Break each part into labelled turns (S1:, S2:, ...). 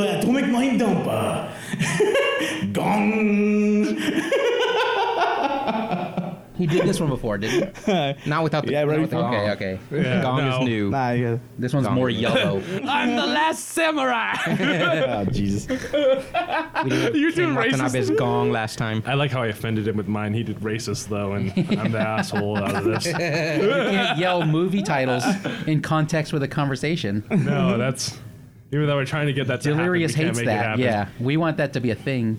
S1: coin dumper. Gong.
S2: He did this one before, didn't he? Not without the.
S1: Yeah, right
S2: not with the-
S1: before.
S2: okay, okay.
S3: Yeah,
S2: Gong
S3: no.
S2: is new.
S1: Nah, yeah.
S2: This one's
S3: Gong
S2: more
S3: is new.
S2: yellow.
S3: I'm the last samurai.
S1: Oh, Jesus.
S2: You're
S3: doing racist.
S2: Watanabe's gong last time.
S3: I like how I offended him with mine. He did racist though, and I'm the asshole out of this.
S2: You can't yell movie titles in context with a conversation.
S3: No, that's even though we're trying to get that. to happen, we
S2: Delirious
S3: can't
S2: hates
S3: make it
S2: that.
S3: happen.
S2: Yeah, we want that to be a thing.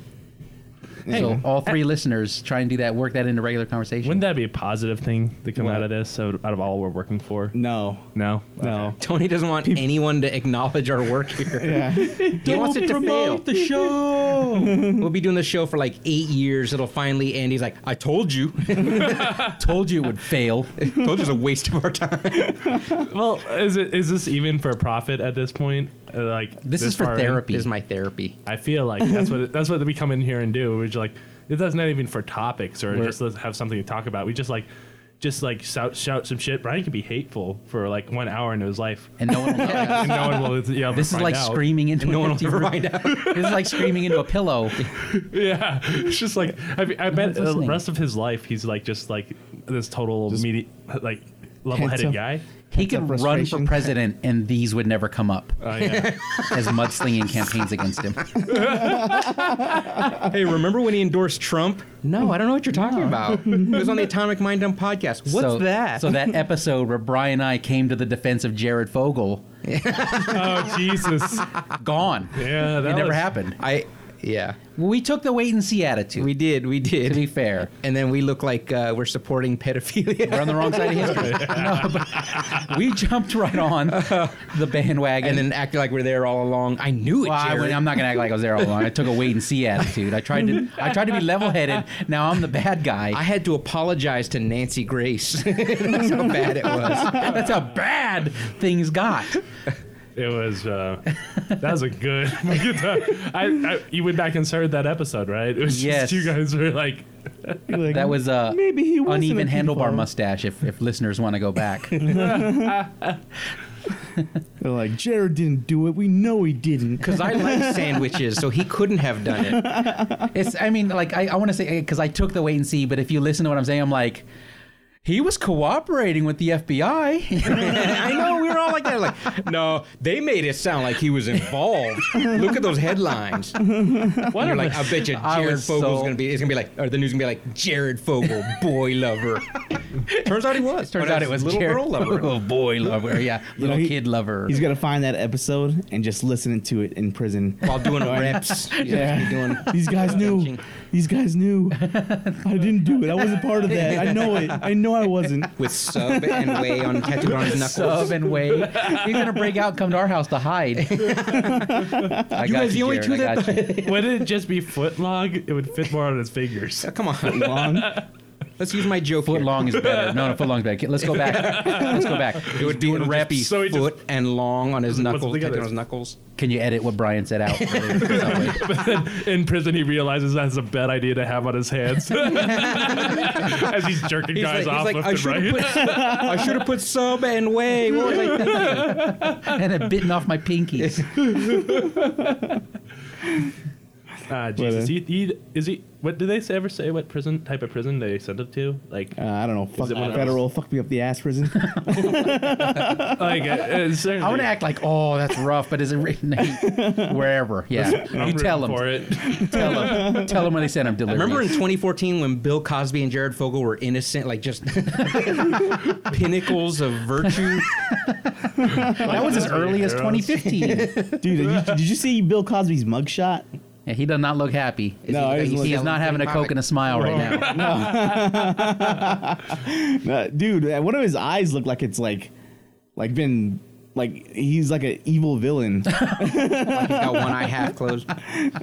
S2: So all three listeners try and do that. Work that into regular conversation.
S3: Wouldn't that be a positive thing to come
S2: What?
S3: out of this? So out of all we're working for,
S1: No.
S3: no,
S1: No.
S2: Tony doesn't want anyone to acknowledge our work here. He wants it to fail.
S4: the show. we'll be doing the show for like eight years. It'll finally end. He's like, I told you.
S2: Told you it would fail.
S4: told you it's a waste of our time.
S3: Well, is it is this even for profit at this point? Uh, Like
S2: This, is for
S3: far in?
S2: therapy.
S4: Is my therapy.
S3: I feel like that's what that's what we come in here and do. We're just like it does not even for topics or just let's have something to talk about. We just like just like shout, shout some shit. Brian could be hateful for like one hour into his life,
S2: and no one. Will know.
S3: and no one will. Yeah,
S2: This is like
S3: out.
S2: screaming into
S4: No
S2: an
S4: one will
S2: empty
S4: ever
S2: room.
S4: find out.
S2: This is like screaming into a pillow.
S3: Yeah, it's just like I, mean, I bet the
S2: listening.
S3: rest of his life he's like just like this total medi- like level-headed
S1: handsome.
S3: guy.
S2: He could
S1: Pent-up
S2: run for
S1: frustration.
S2: president, and these would never come up
S3: Oh yeah,
S2: as mudslinging campaigns against him.
S4: Hey, remember when he endorsed Trump? No, I don't know what you're talking about. It was on the Atomic Mind Dump podcast. What's
S2: so,
S4: that?
S2: So that episode where Brian and I came to the defense of Jared Fogle,
S3: oh Jesus,
S2: gone.
S3: yeah, that
S2: it never
S3: was-
S2: happened.
S4: I yeah,
S2: We took the wait and see attitude.
S4: we did, we
S2: to be
S4: did.
S2: fair,
S4: And then we look like uh, we're supporting pedophilia.
S2: we're on the wrong side of history. No, but we jumped right on the bandwagon.
S4: And then acting like we're there all along. I knew it,
S2: Well, I
S4: Jared.
S2: went- I'm not gonna act like I was there all along. I took a wait and see attitude. I tried to. I tried to be level headed. Now I'm the bad guy.
S4: I had to apologize to Nancy Grace. That's how bad it was.
S2: That's how bad things got.
S3: It was uh, that was a good. good time. I, I you went back and started that episode, right? It was
S2: Yes.
S3: just you guys were like,
S1: Like,
S2: That was a
S1: Maybe he wasn't
S2: uneven
S1: a
S2: handlebar
S1: pedophile.
S2: mustache. If, if listeners want to go back,
S1: They're like, Jared didn't do it. We know he didn't.
S4: Because I like sandwiches, so he couldn't have done it.
S2: it's. I mean, like I, I want to say because I took the wait and see. But if you listen to what I'm saying, I'm like, he was cooperating with the FBI.
S4: I know we were all like that. Like, no, they made it sound like he was involved. Look at those headlines.
S3: what
S4: You're
S3: am I-
S4: like, I bet you
S2: I
S4: Jared
S2: was
S4: Fogel's
S2: so-
S4: gonna be. It's gonna be like, or the news gonna be like, Jared Fogel, boy lover. Turns out he was.
S2: Turns
S4: But
S2: out it was
S4: little
S2: Jared
S4: girl lover.
S2: Fogle, boy lover. Yeah, little
S1: he-
S2: kid lover.
S1: He's gonna find that episode and just listen to it in prison.
S4: While doing reps, yeah,
S1: Yeah.
S4: doing.
S1: These guys knew. These guys knew. I didn't do it. I wasn't part of that. I know it. I know I wasn't.
S4: With sub and way on tattooed on his knuckles.
S2: Sub and wait. He's gonna break out, and come to our house to hide. I
S4: You
S2: got
S4: guys the only
S2: Jared,
S4: two
S2: I
S4: that-
S2: got you.
S3: Wouldn't it just be footlong? It would fit more on his fingers.
S4: Come on,
S1: Long.
S4: let's use my joke.
S2: Foot
S4: here.
S2: long is better. No, no, foot long's better. Let's go back. Let's go back.
S4: It would doing reppy
S3: so he just-
S4: foot and long on his knuckles,
S3: look at
S4: tattooed on
S3: this.
S4: his knuckles.
S2: Can you edit what Brian said out? earlier?
S3: In prison, he realizes that's a bad idea to have on his hands as he's jerking
S4: He's
S3: guys
S4: like,
S3: off
S4: he's like,
S3: left
S4: I
S3: and
S4: should
S3: right.
S4: have put, I should've put sub and way. What was I thinking?
S2: and it bitten off my pinkies.
S3: Ah,
S1: Wait
S3: Jesus,
S1: a-
S3: he, he, is he? What do they say- ever say? What prison type of prison they sent him to? Like,
S1: Uh, I don't know. Fuck
S3: it one of
S1: federal. Fuck me up the ass prison.
S3: like uh, uh, certainly-
S2: I want to act like, oh, that's rough, but is it written wherever? Yeah,
S3: I'm
S2: you tell
S3: rooting
S2: them.
S3: for it.
S2: Tell them. Tell them where they sent them. Delivery.
S4: Remember in 2014 when Bill Cosby and Jared Fogle were innocent, like just pinnacles of virtue?
S2: that was as early as
S3: Heroes.
S2: 2015.
S1: Dude, did you, did you see Bill Cosby's mugshot?
S2: yeah, he does not look happy.
S1: No, I
S4: Is
S1: just
S4: is
S1: looked-
S2: He is not having a coke and a smile right now.
S1: Uh, dude, uh, one of his eyes look like it's like, like been, like he's like an evil villain.
S4: He's got one eye half closed.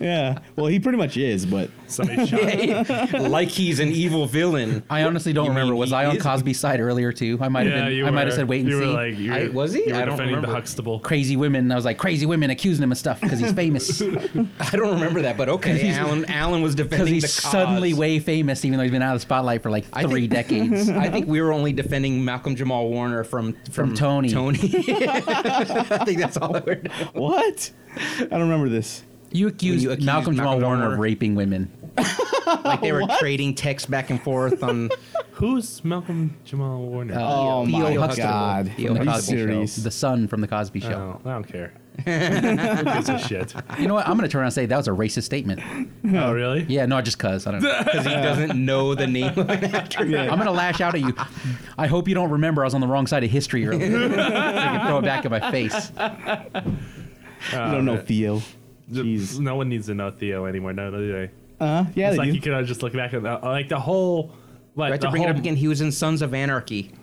S1: yeah. Well, he pretty much is, but
S3: Somebody shot him.
S4: like he's an evil villain.
S2: I honestly don't
S4: You mean
S2: remember. Was
S4: he
S2: I on
S4: is-
S2: Cosby's side earlier too? I might have
S3: Yeah,
S2: been.
S3: you
S2: I might
S3: were-
S2: have said wait and
S3: you
S2: see.
S3: Were like, you were,
S4: I- was he?
S3: You
S4: I
S3: were
S4: don't
S3: defending the
S4: remember.
S3: Huxtable.
S2: Crazy women. I was like crazy women accusing him of stuff because he's famous.
S4: I don't remember that, but okay. Alan Alan was
S2: Because
S4: defending the
S2: he's
S4: cause.
S2: suddenly way famous, even though he's been out of the spotlight for like
S4: I
S2: three
S4: think-
S2: decades.
S4: I think we were only defending Malcolm Jamal Warner from from,
S2: From Tony.
S4: Tony. I think that's all we're.
S1: what? I don't remember this.
S2: You accused,
S4: You accused
S2: Malcolm Jamal
S4: Malcolm
S2: Warner,
S4: Warner.
S2: of raping women.
S4: Like they were trading texts back and forth on
S3: Who's Malcolm Jamal Warner?
S1: Oh
S4: Theo
S1: my
S4: Huxtable.
S1: god!
S4: Theo
S1: Are you
S4: Huxtable.
S1: serious?
S2: The son from The Cosby Show.
S3: No, I don't care. Who gives a shit?
S4: Oh.
S2: You know what? I'm going to turn around and say that was a racist statement.
S3: Oh, really?
S2: Yeah, no, just cuz. I don't know.
S4: because he doesn't know the name. of an actor.
S2: I'm going to lash out at you. I hope you don't remember I was on the wrong side of history earlier. I can throw it back in my face.
S1: you don't know Theo.
S3: Uh, The-
S1: Jeez.
S3: No one needs to know Theo anymore. No, do they?
S1: Uh, yeah,
S3: It's
S1: they
S3: like
S1: do.
S3: you could just look back at the, uh, like the whole like
S4: I have
S3: the
S4: to bring it
S3: whole
S4: up again. He was in Sons of Anarchy.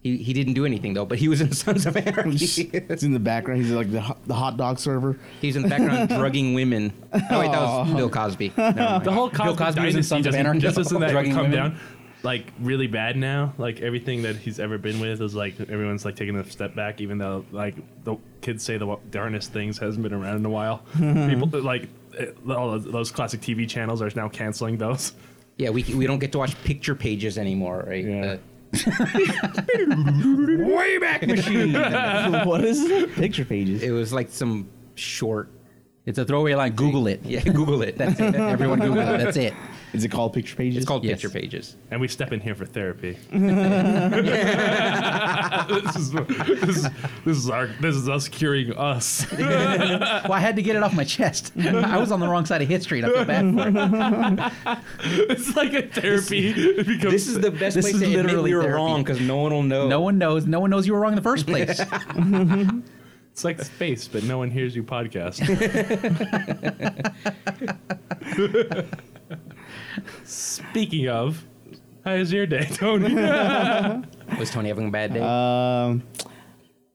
S4: He, he didn't do anything though, but he was in Sons of Anarchy.
S1: it's in the background. He's like the, ho- the hot dog server.
S4: He's in the background drugging women. Oh wait, that was Bill Cosby. Never mind.
S3: the whole Cosby,
S2: Cosby was in
S3: dynasty
S2: Sons of
S3: doesn't-
S2: Anarchy.
S3: just doesn't that
S2: Drugging
S3: come
S2: women.
S3: down like really bad now? Like everything that he's ever been with is like everyone's like taking a step back, even though like the kids say the wa- darndest things hasn't been around in a while. People like eh, all of those classic TV channels are now canceling those.
S4: Yeah, we, we don't get to watch picture pages anymore, right? Uh,
S3: Yeah.
S4: Way back machine.
S1: what is it? Picture pages.
S4: it was like some short.
S2: It's a throwaway line. Google it.
S4: Yeah, Google it.
S2: That's it. Everyone Google it. That's it.
S1: Is it called picture pages?
S4: It's called
S2: Yes.
S4: picture pages.
S3: And we step in here for therapy. this, is, this is this is our this is us curing us.
S2: Well, I had to get it off my chest. I was on the wrong side of history, and I feel bad for it.
S3: it's like a therapy. It becomes
S4: This is the best
S2: This
S4: place
S2: is
S4: to admit
S2: literally
S4: we were
S2: therapy.
S4: wrong because no one will know.
S2: No one knows. No one knows you were wrong in the first place.
S3: It's like space, but no one hears you podcast. Speaking of, how is your day, Tony?
S4: was Tony having a bad day?
S1: Um,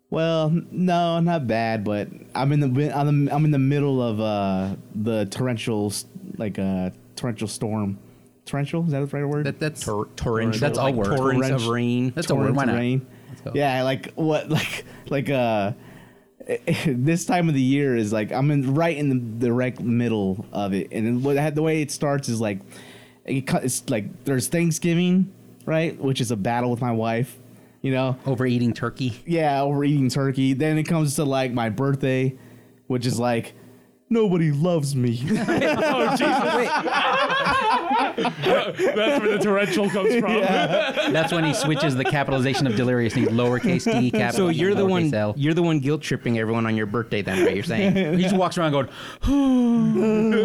S1: well, no, not bad, but I'm in the mi- I'm, I'm in the middle of uh the torrential s- like uh, torrential storm. Torrential is that the right word?
S2: That, that's
S4: Tor- torrential.
S2: That's a
S4: like
S2: word.
S4: Torrents
S1: Torrent-
S4: of rain.
S2: that's a word. Why
S1: torrents of
S2: not?
S1: rain.
S2: go.
S1: Yeah, like what like like uh this time of the year is like I'm in right in the direct middle of it. And then what the way it starts is like it cut, it's like there's Thanksgiving, right, which is a battle with my wife, you know.
S2: Overeating turkey.
S1: Yeah, over eating turkey. Then it comes to like my birthday, which is like nobody loves me.
S3: Oh, That's where the torrential comes from.
S2: That's when he switches the capitalization of delirious. He's lowercase d capital.
S4: So you're the
S2: lowercase
S4: one.
S2: L.
S4: You're the one guilt tripping everyone on your birthday, then, right? You're saying.
S2: He just walks around going,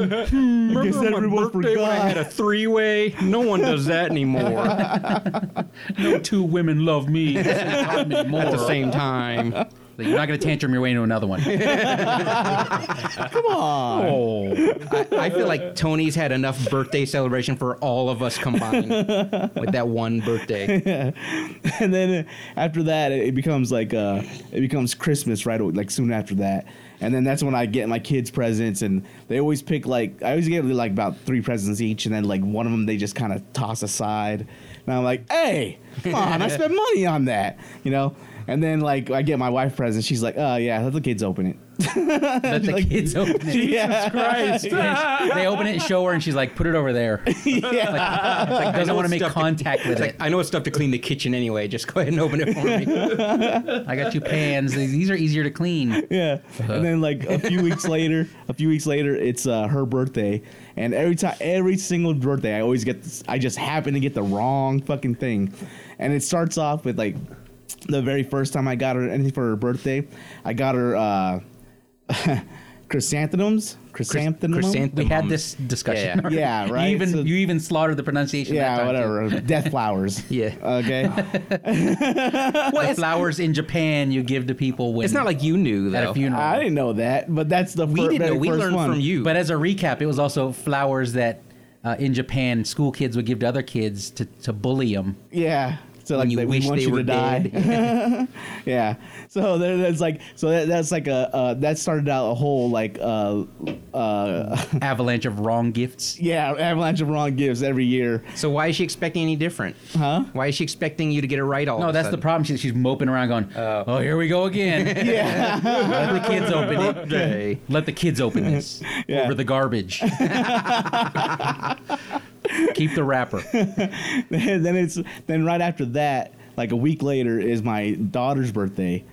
S1: guess
S4: Remember
S1: everyone forgot.
S4: a three-way. No one does that anymore at
S2: "No two women love me at the same time anymore."
S4: the same time.
S2: Like, you're not going to tantrum your way into another one.
S4: Oh, I, I feel like Tony's had enough birthday celebration for all of us combined with that one birthday.
S1: and then uh, after that, it it becomes like uh, it becomes Christmas right away, like soon after that. And then that's when I get my kids presents, and they always pick like I always get like about three presents each, and then like one of them they just kind of toss aside. And I'm like, hey, come on, I spent money on that, you know. And then like I get my wife presents, she's like, oh yeah, let the kids open it.
S2: Let the kids open it.
S1: yeah,
S3: Christ.
S2: They open it and show her, and she's like, "Put it over there."
S1: yeah.
S2: Like, doesn't want to make
S4: stuff to-
S2: contact with
S4: It's
S2: it.
S4: like I know it's tough to clean the kitchen anyway. Just go ahead and open it for me.
S2: I got two pans. These are easier to clean.
S1: Yeah.
S4: Uh-huh.
S1: And then like a few weeks later, a few weeks later, it's uh, her birthday, and every time, every single birthday, I always get, this, I just happen to get the wrong fucking thing, and it starts off with like the very first time I got her anything for her birthday, I got her uh, chrysanthemums, chrysanthemum.
S2: We had this discussion.
S4: Yeah.
S2: already.
S1: Yeah, right,
S2: You even
S1: so-
S2: you even slaughtered the pronunciation. that
S1: yeah,
S2: time,
S1: whatever. Death flowers.
S4: Yeah.
S1: Okay.
S2: too. The flowers in Japan you give to people when
S4: It's not like you knew
S2: at
S4: though.
S2: a funeral.
S1: I didn't know that, but that's the
S4: we
S1: fir-
S4: didn't know.
S1: very
S4: We
S1: first
S4: learned
S1: one.
S4: from you.
S2: But as a recap, it was also flowers that uh, in Japan school kids would give to other kids to, to bully them.
S1: Yeah. So like
S4: you
S1: they,
S4: wish
S1: we want
S4: they
S1: you
S4: were
S1: to die. yeah. So there, that's like so that, that's like a uh, that started out a whole like uh uh
S2: Avalanche of wrong gifts.
S1: yeah avalanche of wrong gifts every year.
S4: so why is she expecting any different?
S1: Huh?
S4: Why is she expecting you to get it right all?
S2: No,
S4: of a
S2: that's the
S4: sudden?
S2: problem. She, she's moping around going, oh, here we go again.
S1: Yeah.
S2: Let the kids open it.
S4: Day.
S2: Let the kids open this
S1: Yeah.
S2: over the garbage. Keep the wrapper.
S1: then it's then right after that, like a week later, is my daughter's birthday.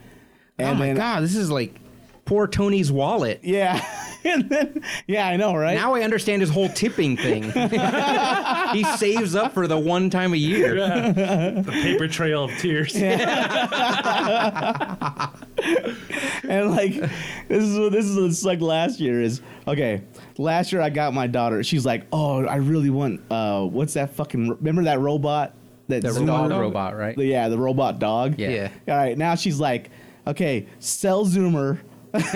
S4: Oh
S1: And
S4: my
S1: then,
S4: god, this is like poor Tony's wallet.
S1: Yeah. and then, yeah, I know, right?
S4: Now I understand his whole tipping thing. he saves up for the one time a year.
S3: The paper trail of tears.
S1: and like this is what this is what's like last year is okay last year i got my daughter she's like oh i really want uh what's that fucking remember that robot that
S4: The
S1: Zoomer-
S4: dog robot, right?
S1: the- yeah the robot dog
S4: Yeah. Yeah.
S1: all right now she's like okay sell zoomer she's,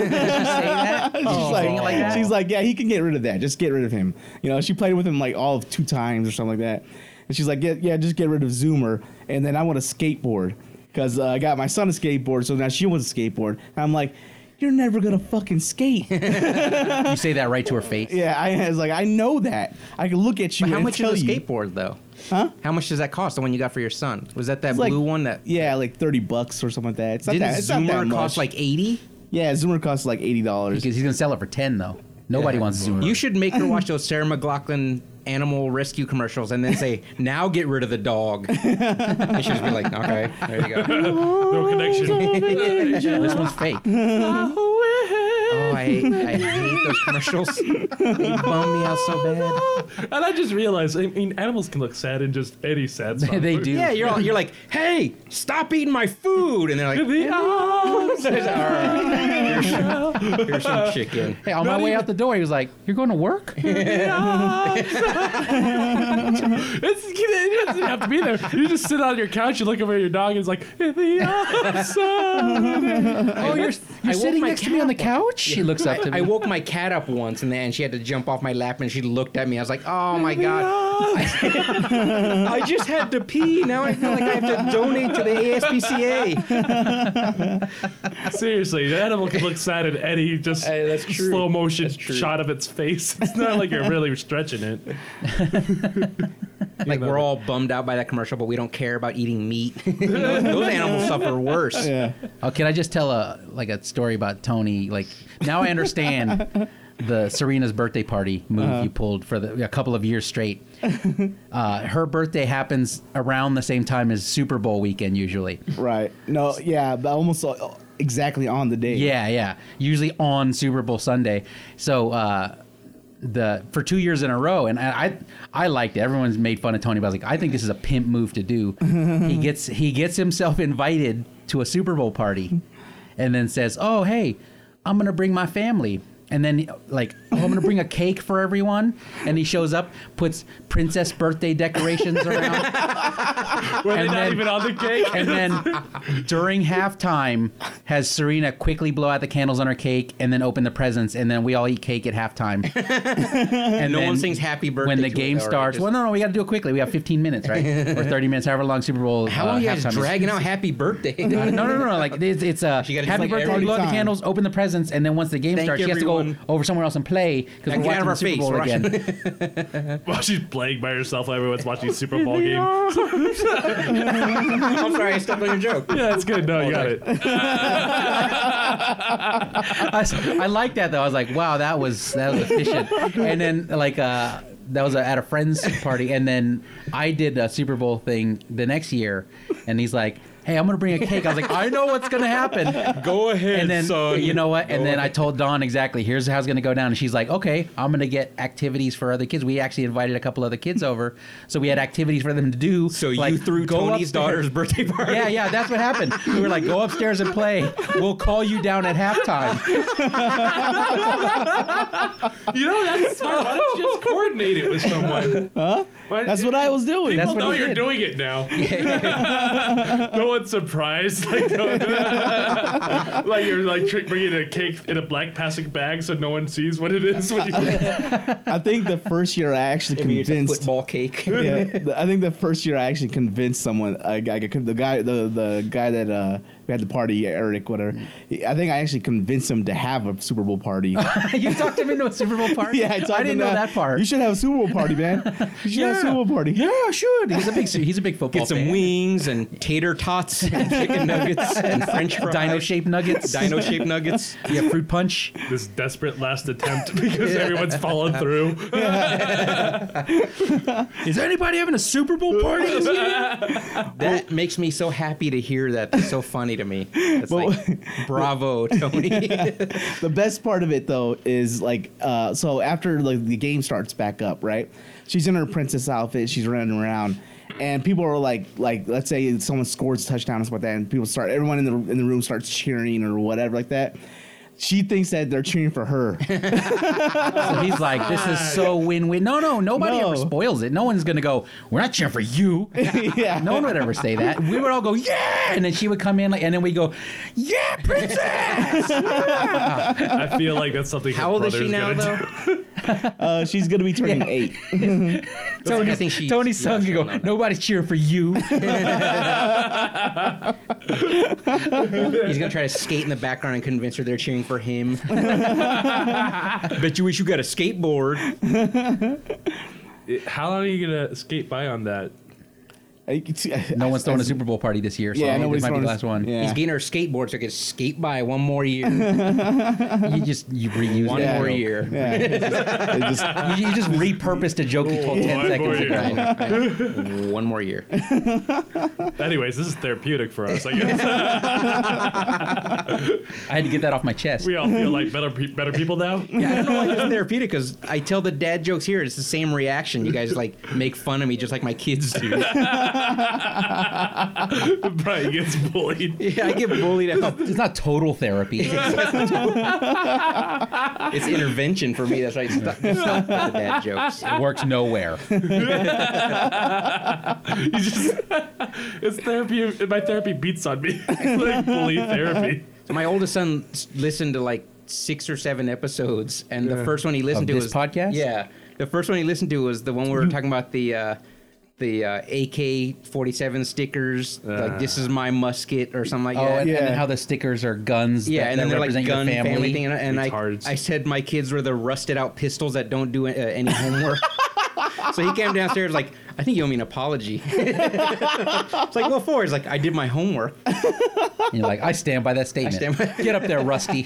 S4: Oh.
S1: like, she's like, yeah, he can get rid of that. Just get rid of him. You know, she played with him like all of two times or something like that. And she's like, yeah, yeah just get rid of Zoomer. And then I want a skateboard because uh, I got my son a skateboard. So now she wants a skateboard. And I'm like, you're never going to fucking skate.
S2: You say that right to her face.
S1: yeah, I, I was like, I know that. I can look at you
S4: But how
S1: and
S4: much
S1: tell
S4: is a
S1: you.
S4: skateboard though?
S1: Huh?
S4: How much does that cost? The one you got for your son? Was that that
S1: It's
S4: blue
S1: like-
S4: one that
S1: Yeah, like 30 bucks or something like that. It's not
S4: didn't
S1: that, it's not that
S4: Zoomer
S1: much.
S4: cost like eighty?
S1: yeah, Zoomer costs like $80.
S2: Because he's gonna sell it for ten though. Nobody
S4: Yeah.
S2: wants Zoomer.
S4: You should make her watch those Sarah McLaughlin animal rescue commercials and then say, "Now get rid of the dog." and she'll just be like, "Okay, there you go."
S3: no connection.
S2: this one's fake.
S4: Oh, I, I hate those commercials. They bum me out so bad.
S3: and I just realized, I mean, animals can look sad in just any sad spot.
S2: They do.
S4: Yeah, you're all, you're like, "Hey, stop eating my food," and they're like,
S3: The arms.
S4: "Alright, "Here's some chicken."
S2: Hey, on my way out the door, he was like, "You're going to work?"
S3: It's, it doesn't have to be there. You just sit on your couch, you look over at your dog, and it's like, the awesome.
S2: oh, you're
S4: I
S2: you're
S4: woke
S2: sitting
S4: my
S2: next to me on the couch. She looks up to me.
S4: I woke my cat up once and then she had to jump off my lap and she looked at me. I was like, oh my God. I just had to pee. Now I feel like I have to donate to the ASPCA.
S3: Seriously, the animal can look sad in any just
S4: Hey, that's true.
S3: slow motion
S4: That's true.
S3: shot of its face. It's not like you're really stretching it.
S4: Like, we're all bummed out by that commercial, but we don't care about eating meat. those, those animals suffer worse.
S1: Yeah.
S2: Oh, can I just tell a like a story about Tony? Like now I understand the Serena's birthday party move
S4: Uh-huh.
S2: you pulled for the, a couple of years straight. uh, her birthday happens around the same time as Super Bowl weekend usually.
S1: Right. No, yeah, but almost uh, exactly on the day.
S2: Yeah, yeah. Usually on Super Bowl Sunday. So uh, the for two years in a row, and I I, I liked it. Everyone's made fun of Tony, but I was like, I think this is a pimp move to do. he gets he gets himself invited to a Super Bowl party, and then says, "Oh hey, I'm gonna bring my family." And then, like, oh, I'm gonna bring a cake for everyone. And he shows up, puts princess birthday decorations around,
S3: Were they
S2: And
S3: not
S2: then-
S3: even on the cake?
S2: and then during halftime has Serena quickly blow out the candles on her cake and then open the presents and then we all eat cake at halftime. and
S4: No
S2: then
S4: one sings happy birthday.
S2: when the
S4: to
S2: game
S4: it, or it
S2: starts.
S4: just-
S2: Well, no, no, we got to do it quickly. We have 15 minutes, right, or 30 minutes, however long Super Bowl.
S4: how
S2: uh,
S4: long are you guys
S2: halftime is.
S4: dragging out happy birthday?
S2: Uh, no, no, no, no. Like it's, it's uh,
S4: She gotta just,
S2: happy
S4: like,
S2: birthday.
S4: every
S2: Blow out the
S1: time.
S2: candles, open the presents, and then once the game
S4: Thank
S2: starts, she has to
S4: everyone.
S2: go over somewhere else and play because we're
S4: And get out
S2: watching
S4: of
S2: the Super
S4: our face,
S2: Bowl
S4: we're watching-
S2: again.
S3: While she's playing by herself, everyone's watching Super Bowl game.
S4: I'm sorry, I stepped on your joke.
S3: Yeah, that's good. No, you got it.
S2: I, s- I like that though. I was like, wow, that was that was efficient. And then like uh, that was at a friend's party, and then I did a Super Bowl thing the next year, and he's like. Hey, I'm gonna bring a cake. I was like, I know what's gonna happen.
S4: Go ahead,
S2: And then you know what? And then I told Dawn exactly here's how it's gonna go down. And she's like, okay, I'm gonna get activities for other kids. We actually invited a couple other kids over, so we had activities for them to do.
S4: So you
S2: like,
S4: threw
S2: go
S4: Tony's
S2: upstairs-
S4: daughter's birthday party.
S2: yeah, yeah, that's what happened. We were like, go upstairs and play. We'll call you down at halftime.
S3: You know, that's smart. Why don't you just coordinate it with someone? Huh?
S1: That's what I was doing.
S3: People
S2: That's what
S3: know
S2: he
S3: you're
S2: did.
S3: doing it now. no one's surprised. Like, no- like you're like trick bringing a cake in a black plastic bag so no one sees what it is. When you,
S1: I think the first year I actually
S4: Maybe it's a
S1: convinced
S4: football cake.
S1: yeah, the- I think the first year I actually convinced someone. I, I the guy, the the guy that uh, we had the party, Eric, whatever. he- I think I actually convinced him to have a Super Bowl party. yeah,
S2: you talked him into a Super Bowl party.
S1: I, told
S2: didn't
S1: him
S2: know that part.
S1: You should have a Super Bowl party, man. You should have a Super Bowl party.
S2: Yeah, I should. He's a big. He's a big football.
S4: Get some
S2: fan.
S4: wings and tater tots and chicken nuggets and french fries.
S2: Dino shaped nuggets.
S4: dino shaped nuggets.
S2: Yeah, fruit punch.
S3: this desperate last attempt because everyone's fallen through.
S2: Is anybody having a Super Bowl party?
S4: That makes me so happy to hear that. That's so funny to me. It's
S1: But-
S4: like, bravo, Tony.
S1: the best part of it though is like uh, so after like the game starts back up right she's in her princess outfit she's running around and people are like like let's say someone scores a touchdown and stuff like that and people start everyone in the in the room starts cheering or whatever like that she thinks that they're cheering for her
S2: So he's like, this is so win win. No, no, nobody
S1: No.
S2: ever spoils it. No one's going to go, we're not cheering for you.
S1: yeah
S2: No one would ever say that. We would all go, yeah. And then she would come in, like, and then we go, yeah, princess.
S3: I feel like that's something. her
S4: How old is
S3: brother's
S4: she now,
S3: gonna do.
S4: though?
S1: uh, she's gonna be turning eight
S4: Tony, I think she.
S2: Tony's son could go, nobody's cheering for you.
S4: He's gonna try to skate in the background and convince her they're cheering for him. Bet you wish you got a skateboard.
S3: It- How long are you gonna skate by on that?
S2: No one's throwing a Super Bowl party this year, so
S1: yeah
S2: this
S1: nobody's
S2: might be
S1: throwing
S2: the
S1: a-
S2: last one.
S1: yeah.
S4: He's getting her skateboard so he can skate by one more year.
S2: You just you reuse
S4: One
S2: it.
S1: Yeah.
S4: more year.
S1: yeah, it's just- it's just-
S2: You, you just repurposed a joke you told ten
S3: One more
S2: seconds
S3: year.
S2: ago.
S4: I know, I know. One more year.
S3: Anyways, this is therapeutic for us. I guess
S2: I had to get that off my chest.
S3: we all feel like better pe- better people now.
S4: Yeah, I don't know why it's therapeutic because I tell the dad jokes here. It's the same reaction. You guys like make fun of me just like my kids do.
S3: Brian gets bullied.
S4: Yeah, I get bullied out.
S2: It's not total therapy.
S4: It's intervention for me. That's why I stop, stop with the dad jokes.
S2: It works nowhere.
S3: You just it's therapy. My therapy beats on me. It's like bully therapy.
S4: So my oldest son s- listened to like six or seven episodes, and the first one he listened
S2: Of
S4: to
S2: this
S4: was
S2: podcast?
S4: Yeah, the first one he listened to was the one where we were talking about the uh, the uh, AK forty seven stickers. like this is my musket or something like
S2: Ah. Oh,
S4: that.
S2: and, and
S1: Yeah.
S2: then how the stickers are guns.
S4: Yeah,
S2: that,
S4: and then
S2: that
S4: they're like
S2: represent your
S4: gun family.
S2: family.
S4: thing, and, and I,
S3: Retards.
S4: I said my kids were the rusted out pistols that don't do uh, any homework. so he came downstairs like, I think you owe me an apology. it's like, what for? He's like, I did my homework.
S2: And you're like, I stand by that statement.
S4: stand by-
S2: Get up there, Rusty.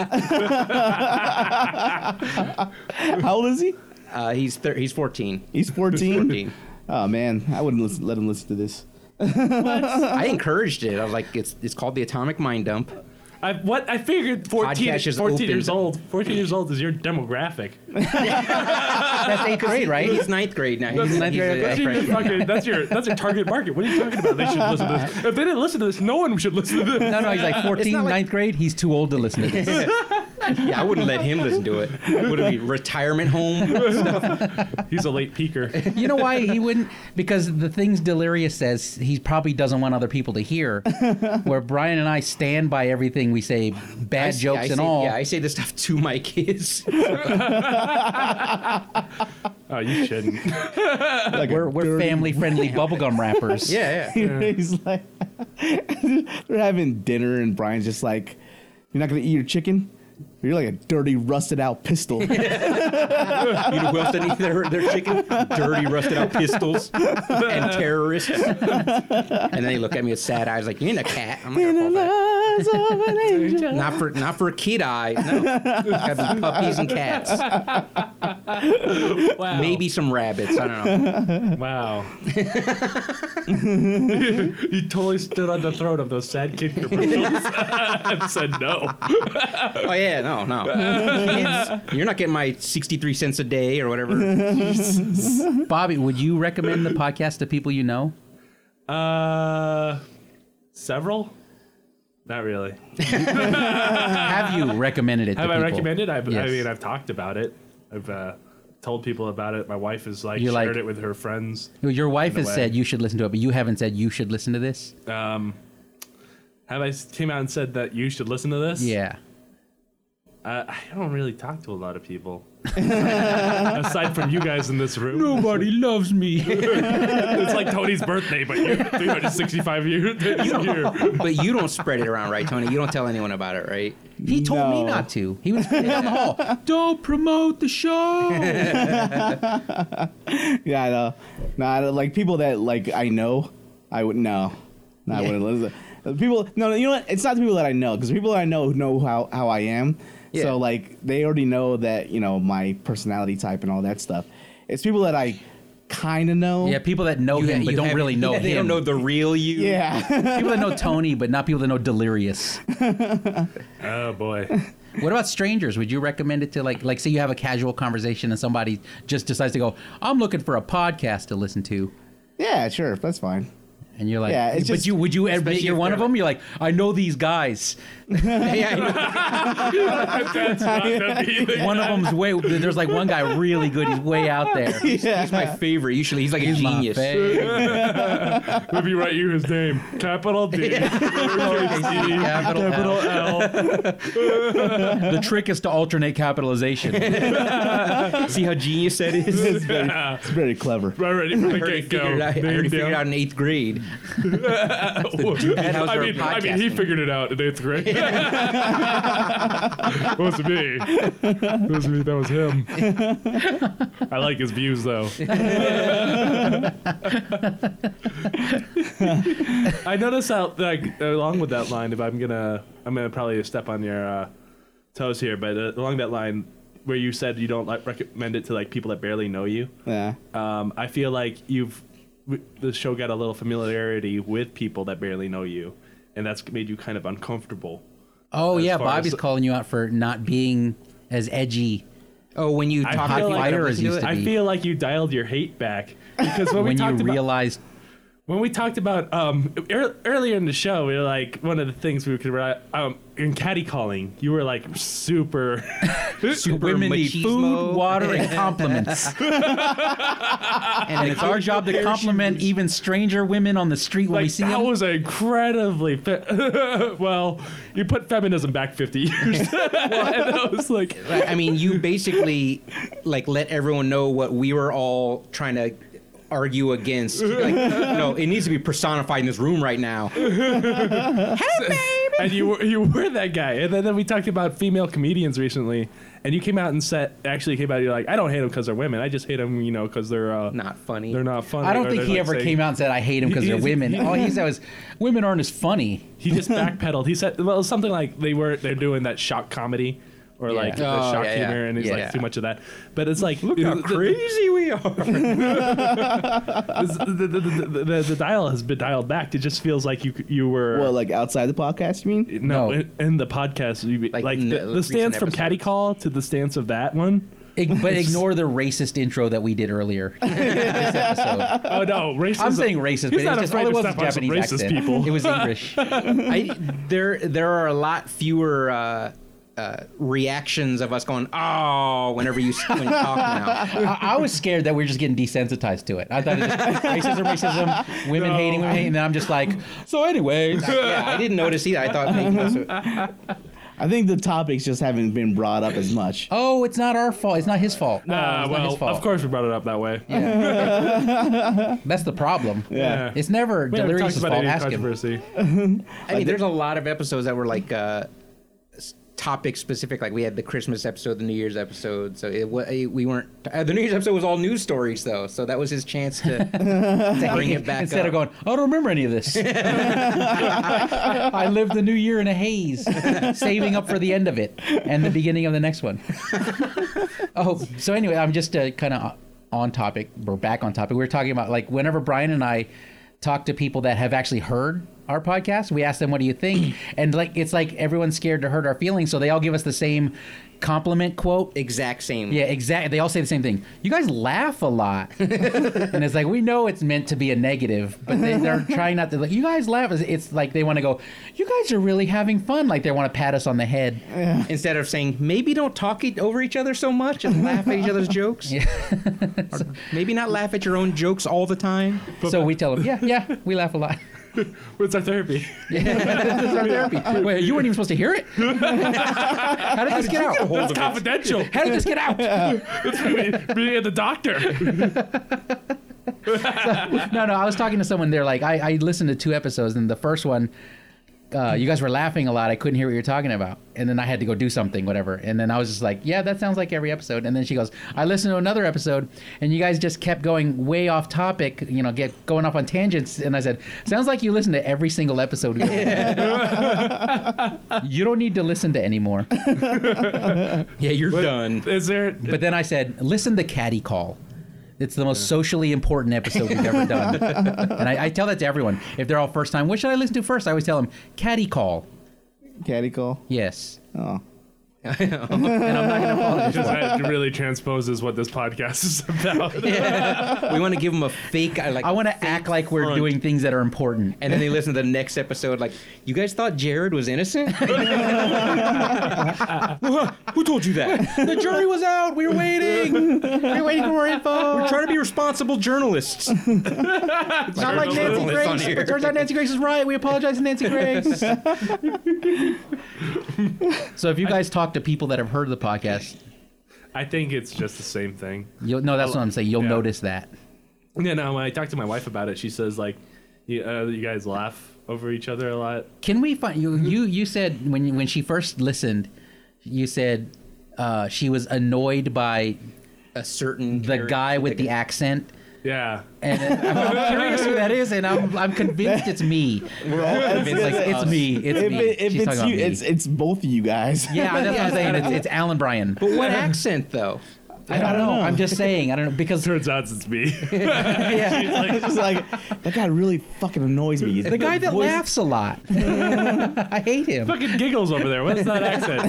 S1: how old is he
S4: Uh, he's thir- he's 14.
S1: he's 14
S4: 14.
S1: oh man i wouldn't listen, let him listen to this
S4: I encouraged it. I was like, it's it's called the atomic mind dump.
S3: I what I figured 14,
S4: Podcast is
S3: 14
S4: open.
S3: years old. 14 years old is your demographic.
S2: That's eighth grade, right?
S4: He's ninth grade now. He's,
S2: ninth
S4: he's
S2: grade.
S4: a-
S3: That's
S4: a
S3: your,
S4: freshman.
S3: fucking- that's your that's your target market. What are you talking about? They should listen to this. If they didn't listen to this, no one should listen to this.
S2: No, no, he's like 14,
S4: like-
S2: ninth grade. He's too old to listen to this.
S4: Yeah, I wouldn't let him listen to it. Would it be retirement home?
S3: He's a late peaker.
S2: You know why he wouldn't? Because the things Delirious says he probably doesn't want other people to hear. Where Brian and I stand by everything we say, bad
S4: I say-
S2: jokes
S4: I
S2: and
S4: say-
S2: all.
S4: Yeah, I say this stuff to my kids.
S3: Oh, you shouldn't.
S1: like a
S2: we're we're
S1: dirty
S2: family friendly bubblegum wrappers.
S4: yeah, yeah.
S1: he's like, they're having dinner, and Brian's just like, "You're not gonna eat your chicken? You're like a dirty, rusted out pistol."
S4: You know who else didn't eat their, their chicken? Dirty, rusted out pistols and terrorists. and then they look at me with sad eyes, like, "You ain't a cat." I'm like, "Well, that-
S1: Eyes of an angel.
S4: not for not for kid eyes. No, It's gotta be puppies and cats.
S3: Wow.
S4: Maybe some rabbits. I don't know.
S3: Wow. you totally stood on the throat of those sad kid commercials and said no.
S4: Oh yeah, no, no. Kids, you're not getting my sixty-three cents a day or whatever.
S2: Bobby, would you recommend the podcast to people you know?
S3: Uh, several? Not really.
S2: Have you recommended it?
S3: Have
S2: to
S3: I
S2: people?
S3: recommended? I've, I
S2: Yes.
S3: mean, I've talked about it. I've uh, told people about it. My wife is like
S2: You're like-
S3: shared it with her friends.
S2: Well, Your wife
S3: the
S2: has
S3: way.
S2: said you should listen to it, but you haven't said you should listen to this.
S3: Have I s- came out and said that you should listen to this?
S2: Yeah.
S3: Uh, I don't really talk to a lot of people. Aside from you guys in this room,
S2: Nobody loves me.
S3: it's like Tony's birthday, but you're 365 years. this year.
S4: But you don't spread it around, right, Tony? You don't tell anyone about it, right?
S2: He told me
S1: No.
S2: not to. He was down the hall. Don't promote the show.
S1: Yeah, I know. No, I don't- like people that like I know, I would no, no, I
S4: Yeah.
S1: wouldn't listen. The People, no, no, you know what? It's not the people that I know because people that I know know how how I am.
S4: Yeah.
S1: So like they already know that you know my personality type and all that stuff. It's people that I kind of know.
S2: Yeah, people that know him but
S4: you
S2: don't
S4: haven't-
S2: really know
S4: Oh, yeah,
S2: him.
S4: They don't know the real you.
S1: Yeah.
S2: people that know Tony, but not people that know Delirious.
S3: Oh boy.
S2: What about strangers? Would you recommend it to like like say you have a casual conversation and somebody just decides to go, I'm looking for a podcast to listen to,
S1: yeah, sure. That's fine.
S2: and you're like,
S1: Yeah, it's
S2: but
S1: just-
S2: you would you
S4: especially
S2: admit you're
S4: if
S2: one of
S4: they're-
S2: them? You're like, I know these guys.
S4: Yeah, I know.
S3: That's not gonna be the-
S2: One of them's way. There's like one guy really good. He's way out there.
S4: He's my favorite. Usually, he's like a
S2: He's my
S4: genius.
S2: fave.
S3: Let me write you his name. Capital D. lowercase e,
S2: Capital L.
S3: capital L.
S2: The trick is to alternate capitalization.
S4: See how genius that is.
S1: It's very, it's very clever.
S3: Already from the
S4: I already
S3: get go.
S4: figured it out, I already figured it out in eighth grade.
S3: I
S4: Hauser of
S3: mean, I mean, he
S4: podcasting.
S3: figured it out in eighth grade. Wasn't me. was me. That was him. I like his views though. I notice how, like, along with that line, if I'm gonna, I'm gonna probably step on your uh, toes here, but uh, along that line, where you said you don't like recommend it to like people that barely know you
S1: Yeah.
S3: um, I feel like you've w- the show got a little familiarity with people that barely know you, and that's made you kind of uncomfortable.
S2: Oh
S3: As
S2: yeah,
S3: far as-
S2: Bobby's calling you out for not being as edgy.
S4: Oh, when you
S3: I
S4: talk to
S3: feel
S4: people,
S3: like-
S4: that
S2: Fire is
S4: listen
S2: used
S4: it.
S2: to
S3: I
S2: be-
S3: feel like you dialed your hate back because when, we
S2: when you
S3: talked about
S2: realized
S3: when we talked about um, ear earlier in the show, we were like one of the things we could ri- um, in catty calling. You were like super.
S4: Super
S2: women need
S4: machismo.
S2: food, water, and compliments. and it's our job to compliment even stranger women on the street when we
S3: Like,
S2: see
S3: that
S2: them.
S3: was incredibly fe- well. You put feminism back fifty years, and I was like,
S4: But, I mean, you basically like let everyone know what we were all trying to argue against. Like, no, it needs to be personified in this room right now.
S3: and you were, you were that guy. And then, then we talked about female comedians recently, and you came out and said actually came out. You're like, I don't hate them because they're women. I just hate them, you know, because they're uh,
S4: Not funny.
S3: They're not funny.
S2: I
S3: or
S2: don't think
S3: they're,
S2: he
S3: like,
S2: ever
S3: saying-
S2: came out and said, I hate them because
S3: He-
S2: they're
S3: he's-
S2: women.
S3: he-
S2: All he said was, women aren't as funny.
S3: He just backpedaled. He said, well, something like they were they're doing that shock comedy. Or like the
S4: Oh,
S3: shock
S4: yeah, yeah.
S3: humor, and he's
S4: Yeah.
S3: like too much of that. But it's like look
S4: How crazy we are.
S3: The, the, the, the, the dial has been dialed back. It just feels like you c- you were
S1: Well, like outside the podcast, you mean?
S3: no,
S2: No.
S3: In, in the podcast. You, like
S4: Like,
S3: like
S4: n-
S3: the, the
S4: recent
S3: stance from
S4: episodes.
S3: Catty Call to the stance of that one.
S2: Ig- But ignore the racist intro that we did earlier. in this episode.
S3: Oh no, racism.
S2: I'm saying racist, but
S3: He's
S2: it's
S3: not
S2: just
S3: afraid
S2: all it
S3: to
S2: was was
S3: step on some
S2: Japanese
S3: racist
S2: accent.
S3: people.
S2: It was English.
S4: I, there, there are a lot fewer. Uh, uh, reactions of us going oh whenever you s- when you talk now
S2: I, I was scared that we were just getting desensitized to it. I thought it was just racism, racism, women hating, women hating. And then I'm just like, so anyway.
S4: yeah I didn't notice either I thought maybe that's what-
S1: I think the topics just haven't been brought up as much.
S2: Oh, it's not our fault. It's not his fault. No,
S3: Ah,
S2: Uh, it's not
S3: well,
S2: his fault.
S3: of course we brought it up that way.
S2: That's the problem.
S1: Yeah.
S2: It's never
S3: We haven't talked
S2: Delirious'
S3: about
S2: fault.
S3: any
S2: Ask him.
S3: controversy.
S4: I mean, there's a lot of episodes that were like uh, s- topic specific. Like we had the Christmas episode, the New Year's episode. So it, wa- eh, we weren't. Uh, the New Year's episode was all news stories, though. So that was his chance to, to bring it back.
S2: Instead
S4: up.
S2: of going, I don't remember any of this. I lived the new year in a haze, saving up for the end of it and the beginning of the next one. oh, so anyway, I'm just uh, kind of on topic. We're back on topic. We were talking about like whenever Brian and I talk to people that have actually heard our podcast, we ask them, "What do you think?" and like it's like everyone's scared to hurt our feelings, so they all give us the same compliment quote
S4: exact same.
S2: Yeah, exactly. They all say the same thing. You guys laugh a lot, and it's like we know it's meant to be a negative, but they, they're trying not to. Like, you guys laugh. It's- It's like they want to go. You guys are really having fun. Like they want to pat us on the head.
S4: Instead of saying maybe don't talk it over each other so much and laugh at each other's jokes.
S2: Yeah.
S4: Or maybe not laugh at your own jokes all the time.
S2: so we tell them, yeah, yeah, we laugh a lot.
S3: What's our therapy?
S2: This is our therapy. Wait, you weren't even supposed to hear it. How did this get out?
S3: That's confidential.
S2: How did this get out?
S3: Being at the doctor.
S2: No, no. I was talking to someone. They're like, I, I listened to two episodes, and the first one, uh, you guys were laughing a lot. I couldn't hear what you were talking about, and then I had to go do something, whatever. And then I was just like, Yeah, that sounds like every episode. And then she goes, I listened to another episode, and you guys just kept going way off topic. You know, get going off on tangents. And I said, Sounds like you listen to every single episode. we ever did." you don't need to listen to anymore.
S4: Yeah, you're done.
S3: Is there?
S2: But then I said, Listen to Caddy Call. It's the most socially important episode we've ever done. and I, I tell that to everyone. If they're all first time, what should I listen to first? I always tell them Caddy Call.
S1: Caddy call.
S2: Yes.
S1: Oh.
S2: And I'm not going to apologize.
S3: Because that really transposes what this podcast is about.
S4: we want to give them a fake. I like.
S2: I want to act like we're
S3: front.
S2: doing things that are important.
S4: and then they listen to the next episode. Like, you guys thought Jared was innocent? Who told you that?
S2: the jury was out. We were waiting. we were waiting for more info.
S4: We're trying to be responsible journalists.
S2: Not like
S3: Journalism
S2: Nancy
S4: is on
S2: Grace.
S4: here.
S2: But turns out Nancy Grace is right. We apologize to Nancy Grace. so if you guys talk to people that have heard the podcast,
S3: I think it's just the same thing.
S2: you'll no, that's what I'm saying. You'll
S3: Yeah.
S2: notice that.
S3: Yeah, no, when I talked to my wife about it, she says, like, you, uh, you guys laugh over each other a lot.
S2: Can we find you? You you said when when she first listened, you said uh, she was annoyed by
S4: A certain
S2: the guy with the
S4: act.
S2: accent.
S3: Yeah.
S2: And I'm curious who that is, and I'm, I'm convinced it's me.
S4: We're all
S2: It's like it's me. It's
S1: If,
S2: me.
S1: it, if
S2: She's
S1: it's
S2: talking about
S1: you,
S2: me.
S1: it's it's both of you guys.
S2: yeah, that's what I'm saying. It's, it's Alan Bryan.
S4: But what accent though?
S2: I don't know. I'm just saying. I don't know because
S3: Turns out it's me.
S2: yeah.
S1: it's just like that guy really fucking annoys me.
S2: the guy that laughs a lot. I hate him.
S3: Fucking giggles over there. What's that accent?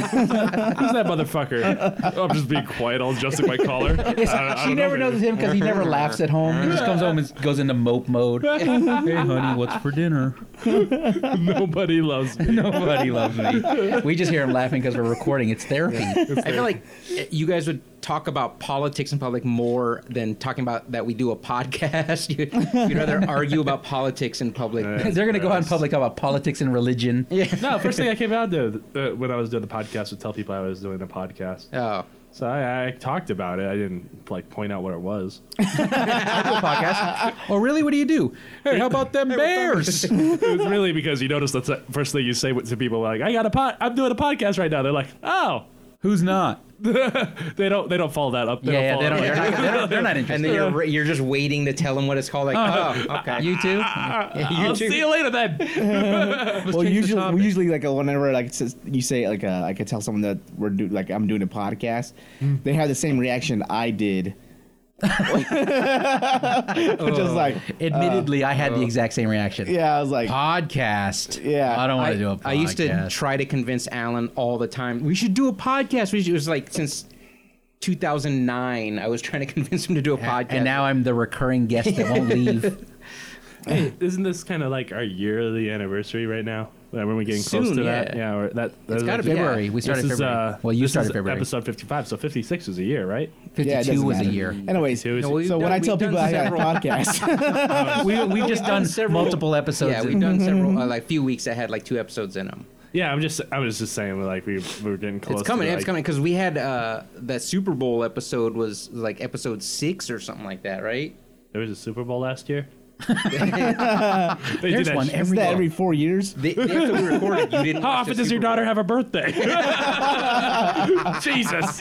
S3: Who's that motherfucker? Oh, I'm just being quiet. I'll adjust my collar.
S2: It's-
S3: I- I
S2: she
S3: don't know,
S2: never
S3: man.
S2: knows him because he never laughs at home. He just comes home and goes into mope mode. hey, honey, what's for dinner?
S3: Nobody loves me.
S2: Nobody loves me. We just hear him laughing because we're recording. It's therapy.
S4: I feel like eh, you guys would talk about politics in public more than talking about that we do a podcast. You- You'd rather argue about politics in public.
S3: Yeah.
S2: They're gonna go out in public about politics and religion.
S3: No, first thing I came out to uh, when I was doing the podcast would tell people I was doing a podcast.
S4: Oh,
S3: So I, I talked about it. I didn't like point out what it was.
S2: podcast. Oh, really? What do you do? Hey, how about them bears?
S3: It was really because you notice that's the first thing you say to people like, "I got a pod. I'm doing a podcast right now." They're like, "Oh."
S2: Who's not?
S3: They don't. They don't follow that up. They
S2: Yeah, yeah,
S3: don't
S2: they
S3: follow
S2: don't. They're
S3: that up.
S2: not, they're not, they're not
S4: and
S2: interested.
S4: then you're re- you're just waiting to tell them what it's called. Like, oh, okay.
S2: You too.
S4: You
S3: I'll
S4: too.
S3: see you later then.
S1: Well, usually, we usually like uh, whenever like says- you say like uh, I could tell someone that we're do like I'm doing a podcast, they have the same reaction I did. Which is like,
S2: Admittedly, I
S4: Uh,
S2: had the exact same reaction.
S1: yeah, I was like,
S2: Podcast.
S1: Yeah.
S2: I don't want
S4: I,
S2: to do a podcast.
S4: I used to try to convince Alan all the time. We should do a podcast. We should, it was like since 2009. I was trying to convince him to do a podcast.
S2: And now I'm the recurring guest that won't leave.
S3: hey, isn't this kind of like our yearly anniversary right now? When we're getting
S4: Soon,
S3: close to
S4: yeah.
S3: that, yeah, or that. that
S4: It's
S3: is
S4: gotta be
S3: actually-
S2: February. We started
S3: This is,
S2: February.
S3: uh,
S2: well, you
S3: this
S2: started
S3: is
S2: February.
S3: Episode 55, so 56 is a year, right?
S1: yeah, it
S2: 52
S1: doesn't
S2: was a
S1: matter.
S2: year.
S1: Anyways,
S3: Two is-
S4: No, we-
S1: so when
S4: no,
S1: I tell
S4: we've done
S1: people I got a
S4: several.
S1: podcast,
S2: We, we've just done
S4: several-
S2: multiple episodes.
S4: yeah,
S2: in-
S4: we've done several uh, like few weeks that had like two episodes in them.
S3: yeah, I'm just. I was just saying, like we we were getting close.
S4: It's coming.
S3: To,
S4: it's
S3: like-
S4: coming because we had uh, that Super Bowl episode was like episode six or something like that, right?
S3: There was a Super Bowl last year. they
S2: There's
S3: do that
S2: one
S3: shit.
S1: is
S2: every
S1: that
S2: year.
S1: every four years?
S4: The, the episode we recorded, you didn't.
S3: How
S4: watch the
S3: often does your
S4: Super
S3: daughter have a birthday? Jesus.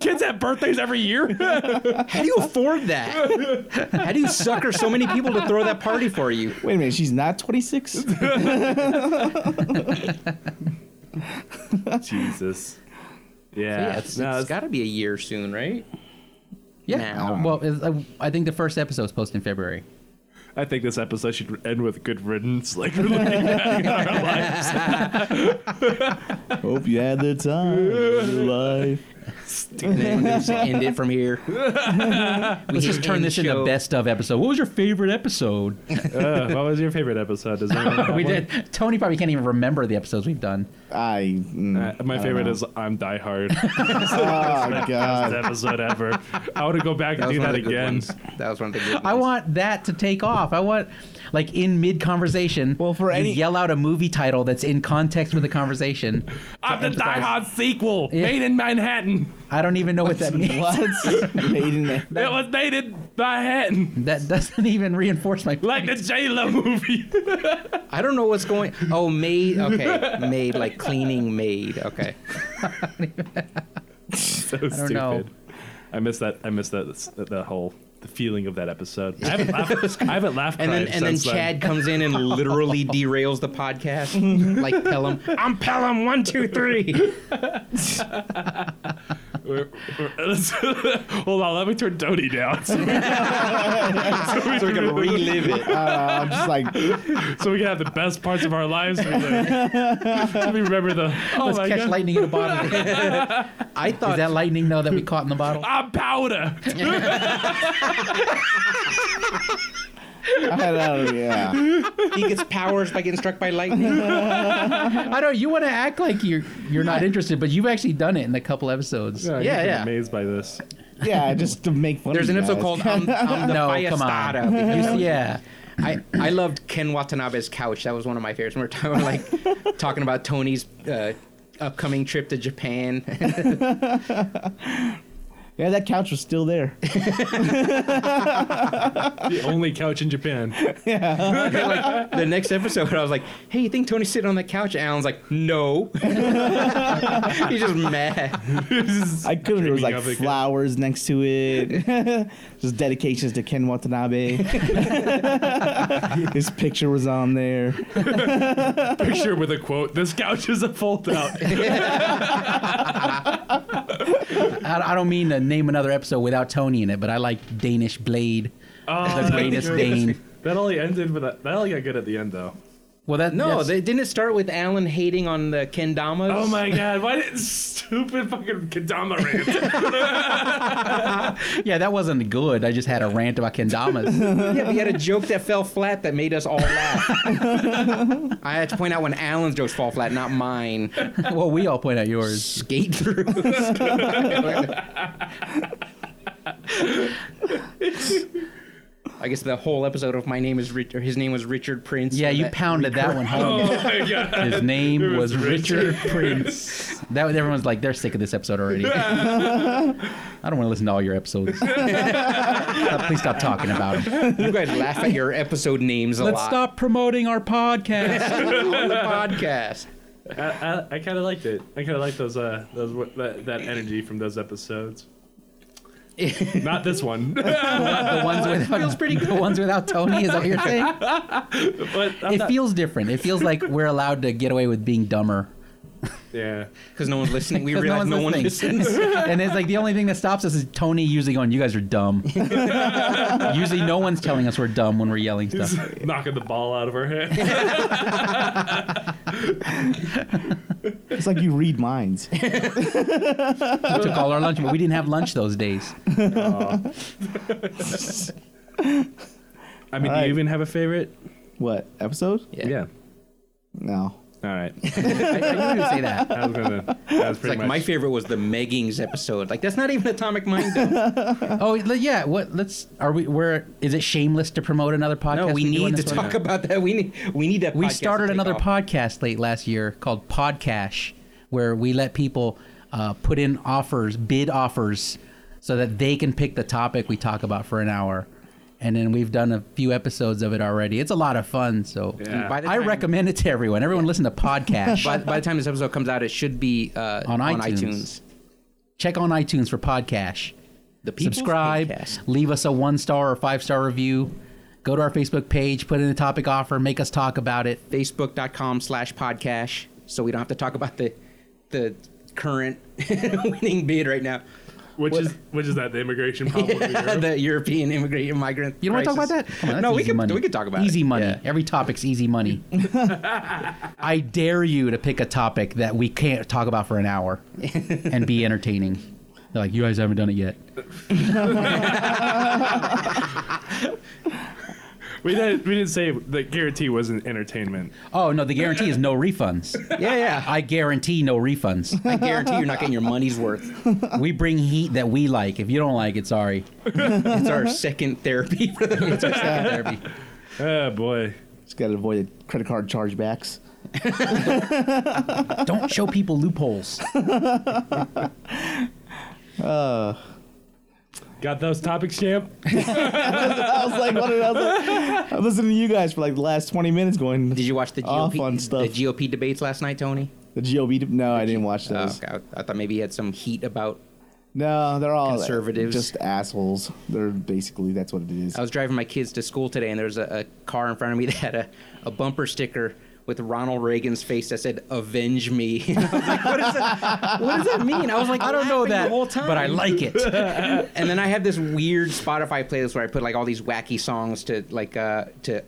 S3: Kids have birthdays every year?
S4: Bowl. How do you afford that? How do you sucker so many people to throw that party for you?
S1: Wait a minute, she's not 26.
S3: Jesus.
S4: So, yeah,
S3: Yeah.
S4: it's,
S3: no,
S4: it's got to be a year soon, right?
S2: Yeah. um,
S4: Now.
S2: Well, it's- I, I think the first episode was posted in February.
S3: I think this episode should end with good riddance. Like, we're looking back on our lives.
S1: Hope you had the time of your life.
S4: And then we just end it from here.
S2: Let's just turn
S4: end
S2: this into
S4: show.
S2: best of episode. What was your favorite episode?
S3: Uh, what was your favorite episode? Does anyone have
S2: we
S3: one?
S2: did. Tony probably can't even remember the episodes we've done.
S1: I.
S3: Uh,
S1: Mm,
S3: my
S1: I don't
S3: favorite
S1: know.
S3: is I'm Die Hard.
S1: Oh
S3: Best
S1: god.
S3: episode ever. I want to go back and do
S4: one of
S3: that
S4: the good
S3: again.
S4: ones. That was one of the good ones.
S2: I want that to take off. I want, like, in mid conversation,
S1: Well, for
S2: you
S1: any-
S2: yell out a movie title that's in context with the conversation.
S3: I'm the Die Hard sequel, made in Manhattan.
S2: I don't even know what that means.
S1: What? Maiden name.
S3: It was made in Manhattan.
S2: That doesn't even reinforce my.
S3: Like the J Lo movie.
S4: I don't know what's going. Oh, maid. Okay, maid like cleaning maid. Okay.
S3: so I
S2: don't know.
S3: I miss that. I miss that. The, the whole the feeling of that episode. I haven't laughed. I haven't laughed.
S4: And then
S3: cried
S4: and then
S3: since
S4: Chad comes in and literally derails the podcast like Pelham. I'm Pelham one two three.
S3: We're, we're- let's- hold on, let me turn Tony down. So we,
S5: so we can relive it.
S1: Uh, I'm just like,
S3: so we can have the best parts of our lives. relived. Let me remember the. Oh
S2: Let's
S3: my
S2: catch
S3: God.
S2: lightning in a bottle. Is
S4: I thought
S2: that lightning though that we caught in the bottle?
S3: I'm powder.
S1: I had uh, yeah.
S4: he gets powers by getting struck by lightning.
S2: I don't. You want to act like you're you're not interested, but you've actually done it in a couple episodes.
S3: I'm
S4: Yeah, yeah.
S3: Amazed by this.
S1: Yeah, just to make fun
S4: There's
S1: of
S4: an
S1: you
S4: episode
S1: guys.
S4: called "I'm, I'm the
S2: No,
S4: Fiestada"
S2: come on.
S4: because
S2: You- yeah.
S4: I, I loved Ken Watanabe's couch. That was one of my favorites. We were talking, like, talking about Tony's uh, upcoming trip to Japan.
S1: Yeah, that couch was still there.
S3: The only couch in Japan.
S4: like, the next episode, I was like, "Hey, you think Tony's sitting on that couch?" And Alan's like, "No." He's just mad.
S1: I could have. There
S3: Dreaming
S1: was like
S3: of it.
S1: flowers next to it. just dedications to Ken Watanabe. His picture was on there.
S3: Picture with a quote. This couch is a fold out.
S2: I, I don't mean to name another episode without Tony in it, but I like Danish Blade,
S3: Oh,
S2: the greatest Dane.
S3: That only ended with a, that only got good at the end though.
S2: Well, that
S4: No,
S2: that's-
S4: they, didn't it start with Alan hating on the Kendamas?
S3: Oh my god, why did stupid fucking Kadama rant?
S2: yeah, that wasn't good. I just had a rant about kendamas.
S4: Yeah, he had a joke that fell flat that made us all laugh. I had to point out when Alan's jokes fall flat, not mine.
S2: well, we all point out yours.
S4: Skate through. I guess the whole episode of my name is Rich, or his name was Richard Prince.
S2: Yeah,
S4: and
S2: you
S4: that-
S2: pounded that one home.
S3: oh my god.
S2: His name
S3: It was
S2: was Richard Prince. That was, everyone's like, they're sick of this episode already. I don't want to listen to all your episodes. Stop- please stop talking about them.
S4: You guys laugh at your episode names a
S2: Let's
S4: lot.
S2: stop promoting our podcast.
S4: on the podcast.
S3: I, I, I kind of liked it. I kind of liked those uh those that, that energy from those episodes. Not this one, but
S2: the ones without The ones without Tony is that what you're saying?
S3: I'm
S2: it
S3: not,
S2: feels different. It feels like we're allowed to get away with being dumber.
S3: yeah.
S4: Because no one's listening. We
S2: 'Cause
S4: realize no one
S2: listening.
S4: listens.
S2: and it's like the only thing that stops us is Tony usually going, "You guys are dumb." usually, no one's telling us we're dumb when we're yelling stuff.
S3: Knocking the ball out of her hand.
S1: It's like you read minds.
S2: We took all our lunch, but we didn't have lunch those days.
S3: I mean, do
S1: Alright.
S3: you even have a favorite?
S1: What episode?
S4: Yeah.
S1: No.
S3: All right.
S2: I, I knew you would say that.
S3: I was gonna. That was
S4: It's
S3: pretty
S4: like
S3: much.
S4: my favorite was the Meggings episode. Like that's not even Atomic Mind. Dump.
S2: Oh le- yeah. What? Let's. Are we? Where is it shameless to promote another podcast?
S4: No, we
S2: do on
S4: need to
S2: this one?
S4: talk about that. We need we need that.
S2: We
S4: podcast to
S2: started
S4: take
S2: another
S4: off.
S2: podcast late last year called Podcash, where we let people uh, put in offers, bid offers, so that they can pick the topic we talk about for an hour. And then we've done a few episodes of it already. It's a lot of fun, so
S3: Yeah.
S4: By the
S2: I
S4: time-
S2: recommend it to everyone. Everyone, listen to Podcash.
S4: By, by the time this episode comes out, it should be uh,
S2: On
S4: on,
S2: iTunes.
S4: iTunes.
S2: Check on iTunes for Podcash.
S4: The People's
S2: Subscribe.
S4: Podcast.
S2: Leave us a one star or five star review. Go to our Facebook page. Put in a topic offer. Make us talk about it.
S4: Facebook.com slash podcast. So we don't have to talk about the the current winning bid right now.
S3: which is which is that the immigration problem? in Europe?
S4: the European immigrant migrant.
S2: You don't want to talk about that?
S4: crisis.
S2: Come on, that's
S4: no, we
S2: easy
S4: could
S2: money.
S4: we could talk about
S2: easy
S4: it.
S2: money.
S4: Yeah.
S2: Every topic's easy money. I dare you to pick a topic that we can't talk about for an hour and be entertaining. They're like, you guys haven't done it yet.
S3: We didn't. We didn't say the guarantee wasn't entertainment.
S2: Oh no, the guarantee is no refunds.
S4: Yeah, yeah.
S2: I guarantee no refunds.
S4: I guarantee you're not getting your money's worth.
S2: We bring heat that we like. If you don't like it, sorry.
S4: It's our second therapy for the it's our second therapy.
S3: Oh boy.
S1: Just gotta avoid the credit card chargebacks.
S2: Don't show people loopholes.
S3: Got those topics, champ?
S1: I was like, what did I was like, I'm listening to you guys for like the last 20 minutes going.
S4: Did you watch the
S1: Off
S4: GOP
S1: on stuff.
S4: the GOP debates last night, Tony?
S1: The GOB? No, I didn't watch
S4: Oh,
S1: those.
S4: okay. I, I thought maybe he had some heat about.
S1: No, they're all
S4: Conservatives.
S1: Just assholes. They're basically that's what it is.
S4: I was driving my kids to school today, and there was a, a car in front of me that had a, a bumper sticker with Ronald Reagan's face that said "Avenge me." And I was like, what, is that, what does that mean? I was like,
S2: I don't know
S4: laughing
S2: that,
S4: the whole time.
S2: but I like it.
S4: and then I have this weird Spotify playlist where I put like all these wacky songs to like uh to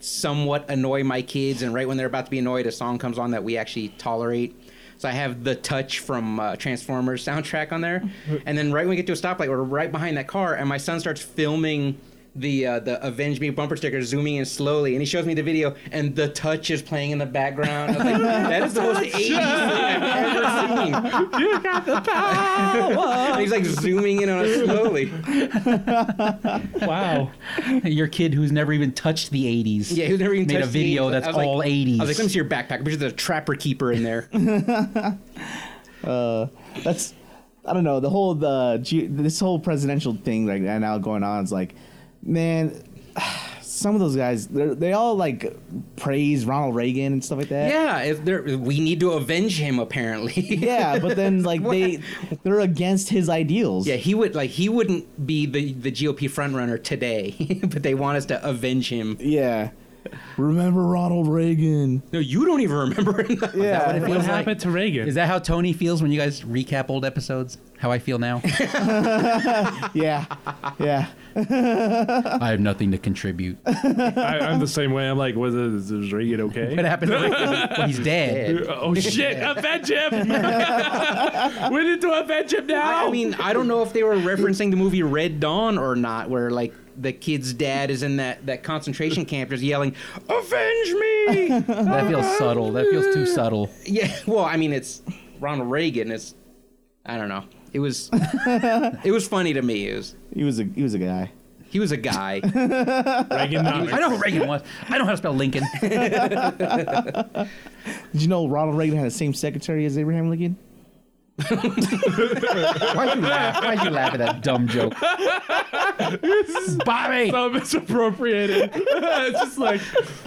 S4: somewhat annoy my kids, and right when they're about to be annoyed, a song comes on that we actually tolerate. So I have the touch from uh, Transformers soundtrack on there, and then right when we get to a stoplight, we're right behind that car, and my son starts filming the uh, the Avenge Me bumper sticker, zooming in slowly, and he shows me the video, and the touch is playing in the background. I was like, that is the most 80s thing I've ever seen. And he's like zooming in on it slowly.
S3: Wow.
S2: Your kid who's never even touched the 80s.
S4: Yeah, who never even
S2: made a
S4: touched the
S2: video
S4: 80s.
S2: that's
S4: I was
S2: all
S4: like,
S2: 80s.
S4: I was like, let me see your backpack. There's a trapper keeper in there.
S1: uh,
S4: Oh.
S1: that's I don't know the whole the ge- this whole presidential thing like and now going on is like, man, some of those guys they they all like praise Ronald Reagan and stuff like that.
S4: yeah, if there, we need to avenge him apparently.
S1: Yeah, but then like they they're against his ideals.
S4: Yeah, he would like he wouldn't be the, the GOP frontrunner today, but they want us to avenge him.
S1: Yeah. Remember Ronald Reagan?
S4: No, you don't even remember him.
S1: Yeah.
S2: what it
S3: What
S2: feels like?
S3: happened to Reagan?
S2: Is that how Tony feels when you guys recap old episodes? How I feel now?
S1: Yeah. Yeah.
S2: I have nothing to contribute.
S3: I, I'm the same way. I'm like, was it, is, is Reagan
S2: What
S3: okay?
S2: happened to Rick? Well, he's dead.
S3: Oh shit! Avenge him! we need to avenge him now.
S4: I, I mean, I don't know if they were referencing the movie Red Dawn or not, where like the kid's dad is in that, that concentration camp just yelling, Avenge me!
S2: That feels subtle. That feels too subtle.
S4: Yeah, well, I mean, it's Ronald Reagan. It's I don't know. It was it was funny to me. It was
S1: He was a he was a guy.
S4: he was a guy.
S3: Reagan,
S2: I know who Reagan was. I know how to spell Lincoln.
S1: Did you know Ronald Reagan had the same secretary as Abraham Lincoln?
S2: Why'd you laugh? Why'd you laugh at that dumb joke? Bobby!
S3: so misappropriated. it's just like,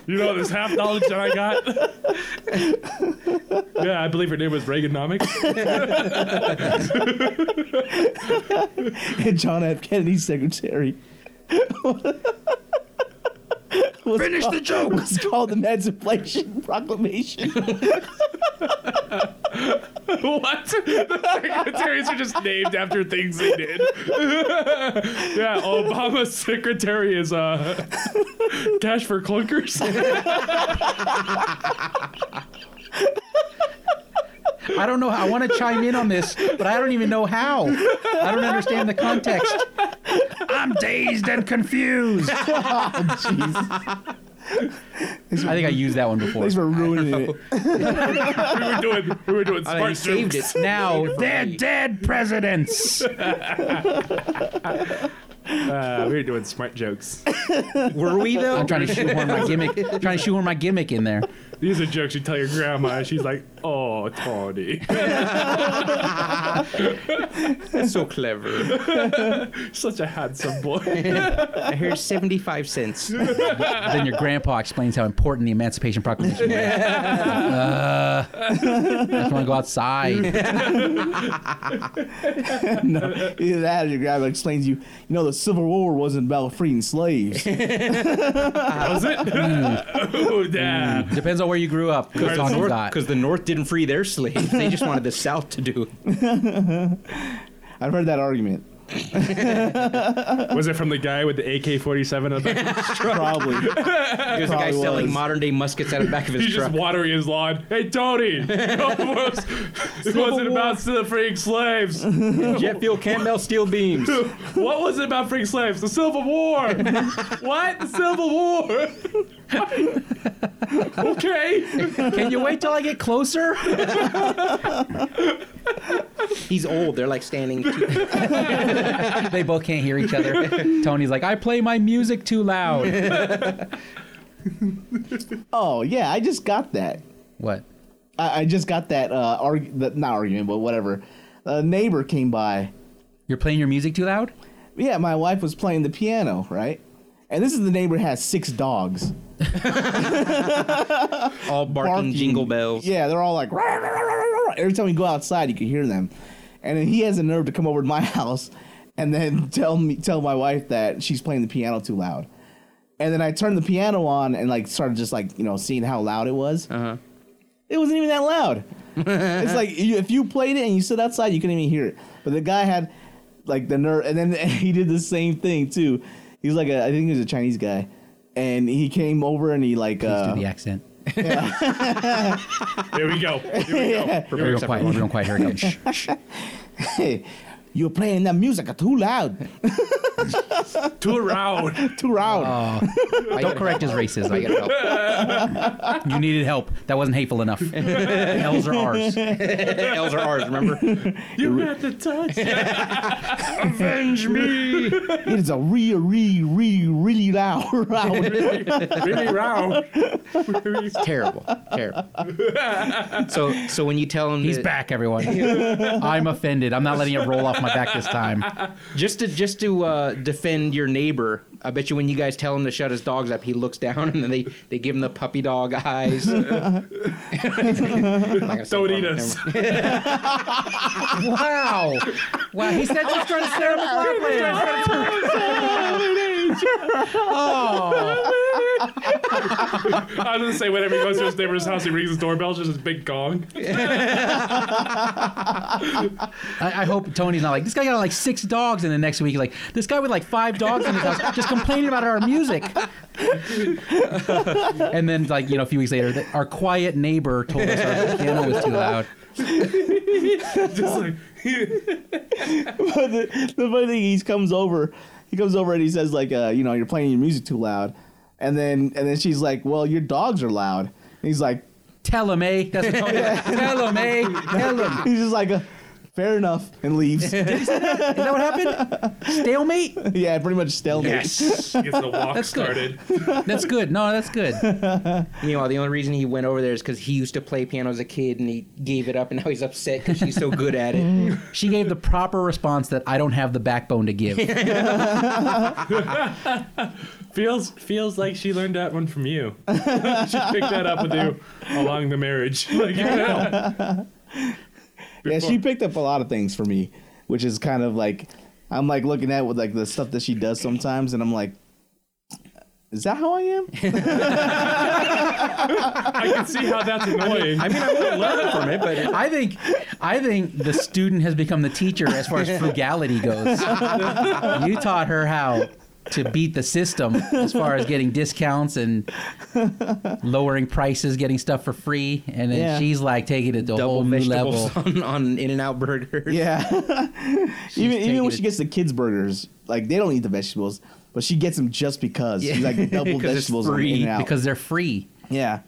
S3: you know, this half knowledge that I got. yeah, I believe her name was Reaganomics.
S1: John F. Kennedy's secretary. was Finish the joke. It's called the Emancipation Proclamation.
S3: what? The secretaries are just named after things they did. yeah, Obama's secretary is uh, Cash for Clunkers.
S2: I don't know. How, I want to chime in on this, but I don't even know how. I don't understand the context. I'm dazed and confused. Oh, I think I used that one before.
S1: Thanks for ruining it.
S3: we were doing, we were doing
S4: I
S3: smart
S4: saved
S3: jokes.
S4: it.
S2: Now they're
S4: they're
S2: dead presidents.
S3: Uh, we were doing smart jokes.
S4: Were we though?
S2: I'm trying to shoehorn my gimmick. Trying to shoehorn my gimmick in there.
S3: These are jokes you tell your grandma. She's like, oh, Tony.
S4: That's so clever.
S3: Such a handsome boy.
S4: I heard seventy five cents.
S2: Then your grandpa explains how important the Emancipation Proclamation was. Uh, I just want to go outside.
S1: no, either that or your grandma explains to you, you know, the Civil War wasn't about freeing slaves.
S3: Was it? oh, damn.
S2: Depends on where you grew up. Good talk you got.
S4: Because the North didn't free their slaves; they just wanted the South to do. it.
S1: I've heard that argument.
S3: Was it from the guy with the AK 47 on the
S1: Probably.
S4: It was a guy
S1: Probably
S4: selling
S1: was.
S4: modern day muskets out of the back of his
S3: He's
S4: truck.
S3: just watering his lawn. Hey, Tony! it wasn't about the freeing slaves.
S4: Jet fuel can't melt steel beams.
S3: what was it about freeing slaves? The Civil War! what? The Civil War! okay.
S2: Can you wait till I get closer?
S4: He's old. They're like standing. Two-
S2: They both can't hear each other. Tony's like, I play my music too loud.
S1: oh, yeah, I just got that.
S2: What?
S1: I, I just got that, uh, arg- that, not argument, but whatever. A neighbor came by.
S2: You're playing your music too loud?
S1: Yeah, my wife was playing the piano, right? And this is the neighbor has six dogs.
S4: all barking,
S1: barking.
S4: jingle bells.
S1: Yeah, they're all like "Rah, rah, rah, rah, rah." every time we go outside, you can hear them. And then he has the nerve to come over to my house and then tell me tell my wife that she's playing the piano too loud. And then I turned the piano on and like started just like you know seeing how loud it was. Uh-huh. It wasn't even that loud. it's like you, if you played it and you stood outside, you couldn't even hear it. But the guy had like the nerve, and then he did the same thing too. He was like a, I think he was a Chinese guy, and he came over and he like uh,
S2: do the accent.
S3: Here we go. Here we go.
S2: We're real quiet. We're real quiet. Here it goes.
S1: hey, you're playing that music too loud,
S3: Too loud.
S1: too loud.
S2: Don't correct his
S4: I
S2: racism.
S4: gotta help.
S2: You needed help. That wasn't hateful enough. L's or R's.
S4: L's are R's, remember?
S3: You had the touch.
S1: It is a re re re really loud loud.
S3: really round.
S4: Terrible. Terrible. So so when you tell him
S2: He's
S4: that-
S2: back, everyone. I'm offended. I'm not letting it roll off my back this time.
S4: just to just to uh, defend your neighbor, I bet you when you guys tell him to shut his dogs up, he looks down and then they, they give him the puppy dog eyes. I'm not gonna say
S3: Don't
S4: it,
S3: eat
S4: never
S3: us.
S4: mind.
S2: Wow. Wow. He said just trying to stare at McLaughlin.
S3: I was gonna say whenever he goes to his neighbor's house, he rings his doorbell, just this big gong.
S2: I, I hope Tony's not like, this guy got like six dogs, and the next week, like, this guy with like five dogs in his house just complaining about our music. and then, like, you know, a few weeks later, that our quiet neighbor told us our piano was too loud.
S3: Just like
S1: but the, the funny thing, he comes over, he comes over and he says like, uh, you know, you're playing your music too loud, and then and then she's like, well, your dogs are loud. And he's like,
S2: Tell him, eh? That's what Tony Tell him, eh? Tell him.
S1: he's just like, uh, fair enough, and leaves.
S2: Is that what happened? Stalemate?
S1: yeah, pretty much stalemate.
S4: Yes.
S3: gets the walk
S2: That's good.
S3: started.
S2: That's good. No, that's good.
S4: Meanwhile, the only reason he went over there is because he used to play piano as a kid and he gave it up, and now he's upset because she's so good at it.
S2: She gave the proper response that I don't have the backbone to give.
S3: Feels feels like she learned that one from you. she picked that up with you along the marriage. Like,
S1: Yeah, she picked up a lot of things for me, which is kind of like, I'm like looking at with like the stuff that she does sometimes, and I'm like. Is that how I am?
S3: I can see how that's annoying.
S4: I mean, I would learn from it, but
S2: I think, I think the student has become the teacher as far as frugality goes. you taught her how to beat the system as far as getting discounts and lowering prices, getting stuff for free, and then
S1: Yeah.
S2: she's like taking it to a
S4: double
S2: whole new
S4: vegetables
S2: level.
S4: on, on In and Out Burger.
S1: Yeah. even even
S2: taking
S1: when
S2: it-
S1: she gets the kids' burgers, like they don't eat the vegetables, but she gets them just because. She's like double
S4: 'Cause it's
S1: vegetables on
S4: free,
S1: in and out.
S2: Because they're free.
S1: Yeah.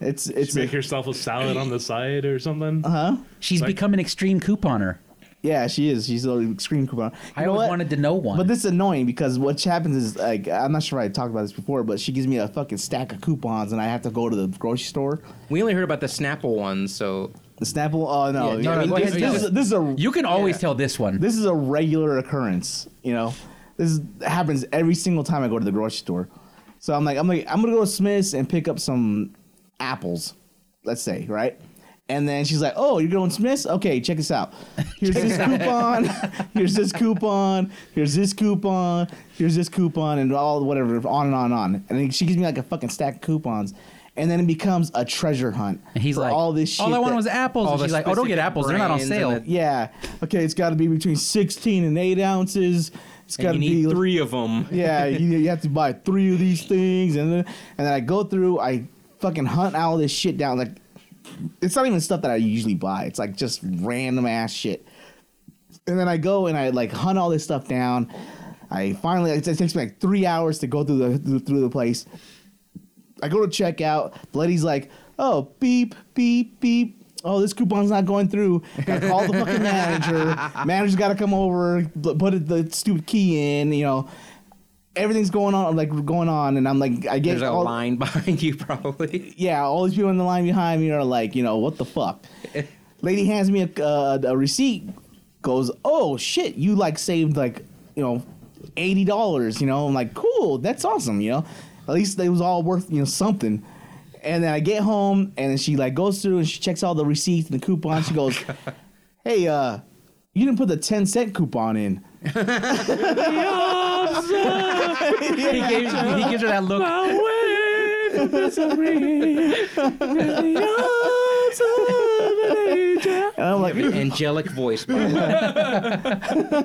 S1: It's it's
S3: Make yourself a salad on the side or something.
S4: Uh-huh.
S2: She's
S3: Like-
S2: become an extreme couponer.
S1: yeah, she is. She's a screen coupon.
S2: I
S1: You know
S2: always
S1: what?
S2: wanted to know one.
S1: But this is annoying because what happens is like I'm not sure I talked about this before, but she gives me a fucking stack of coupons and I have to go to the grocery store.
S4: We only heard about the Snapple one, so
S1: The Snapple. Oh no,
S4: Yeah,
S1: you
S4: no,
S1: know,
S4: no, go
S1: this,
S2: ahead,
S1: this
S2: tell
S1: is,
S2: it.
S1: this is a
S2: you can always
S4: Yeah.
S2: tell this one.
S1: this is a regular occurrence. You know, this is, happens every single time I go to the grocery store. So I'm like, I'm like, I'm gonna go to Smith's and pick up some apples, let's say, right? And then she's like, "Oh, you're going to Smith's? Okay, check this out. Here's this coupon. Here's this coupon. Here's this coupon. Here's this coupon, and all whatever, on and on and on." And then she gives me like a fucking stack of coupons, and then it becomes a treasure hunt.
S2: and he's
S1: for
S2: like,
S1: all this shit.
S2: all I wanted
S1: that-
S2: was apples.
S4: all
S2: And
S4: the
S2: she's like, oh, don't get
S4: specific
S2: apples. They're not on
S4: brands and
S2: sale.
S4: the-
S1: yeah. Okay, it's got to be between 16 and 8 ounces. It's got to
S4: you
S1: be
S4: need three of them.
S1: Yeah, you, you have to buy three of these things, and then and then I go through. I fucking hunt all this shit down. Like, it's not even stuff that I usually buy. It's like just random ass shit. And then I go and I like hunt all this stuff down. I finally it takes me like three hours to go through the through the place. I go to check out. The lady's like, oh, beep, beep, beep. Oh, this coupon's not going through. I call the fucking manager. Manager's got to come over, b- put the stupid key in, you know. Everything's going on, like going on, and I'm like, I get
S4: There's a
S1: all-
S4: line behind you, probably.
S1: yeah, all these people in the line behind me are like, you know, what the fuck? Lady hands me a, uh, a receipt, goes, oh shit, you like saved like, you know, eighty dollars. You know, I'm like, cool, that's awesome. You know, at least it was all worth you know something. And then I get home, and then she like goes through and she checks all the receipts and the coupons. She goes, hey, uh, you didn't put the ten cent coupon in.
S2: he, gave, he gives her that look.
S1: And I'm like,
S4: Angelic voice. by the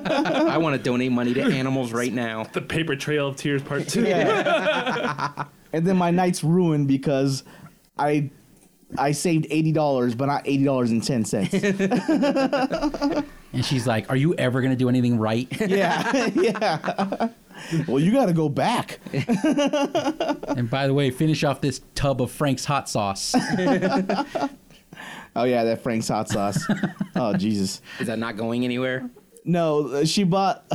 S4: way. I want to donate money to animals right now.
S3: The paper trail of tears part two.
S1: and then my night's ruined because I I saved eighty dollars, but not eighty dollars and ten cents.
S2: And she's like, Are you ever going to do anything right?
S1: yeah, yeah. well, you got to go back.
S2: and by the way, finish off this tub of Frank's hot sauce.
S1: Oh yeah, that Frank's hot sauce. oh Jesus.
S4: Is that not going anywhere?
S1: No, she bought.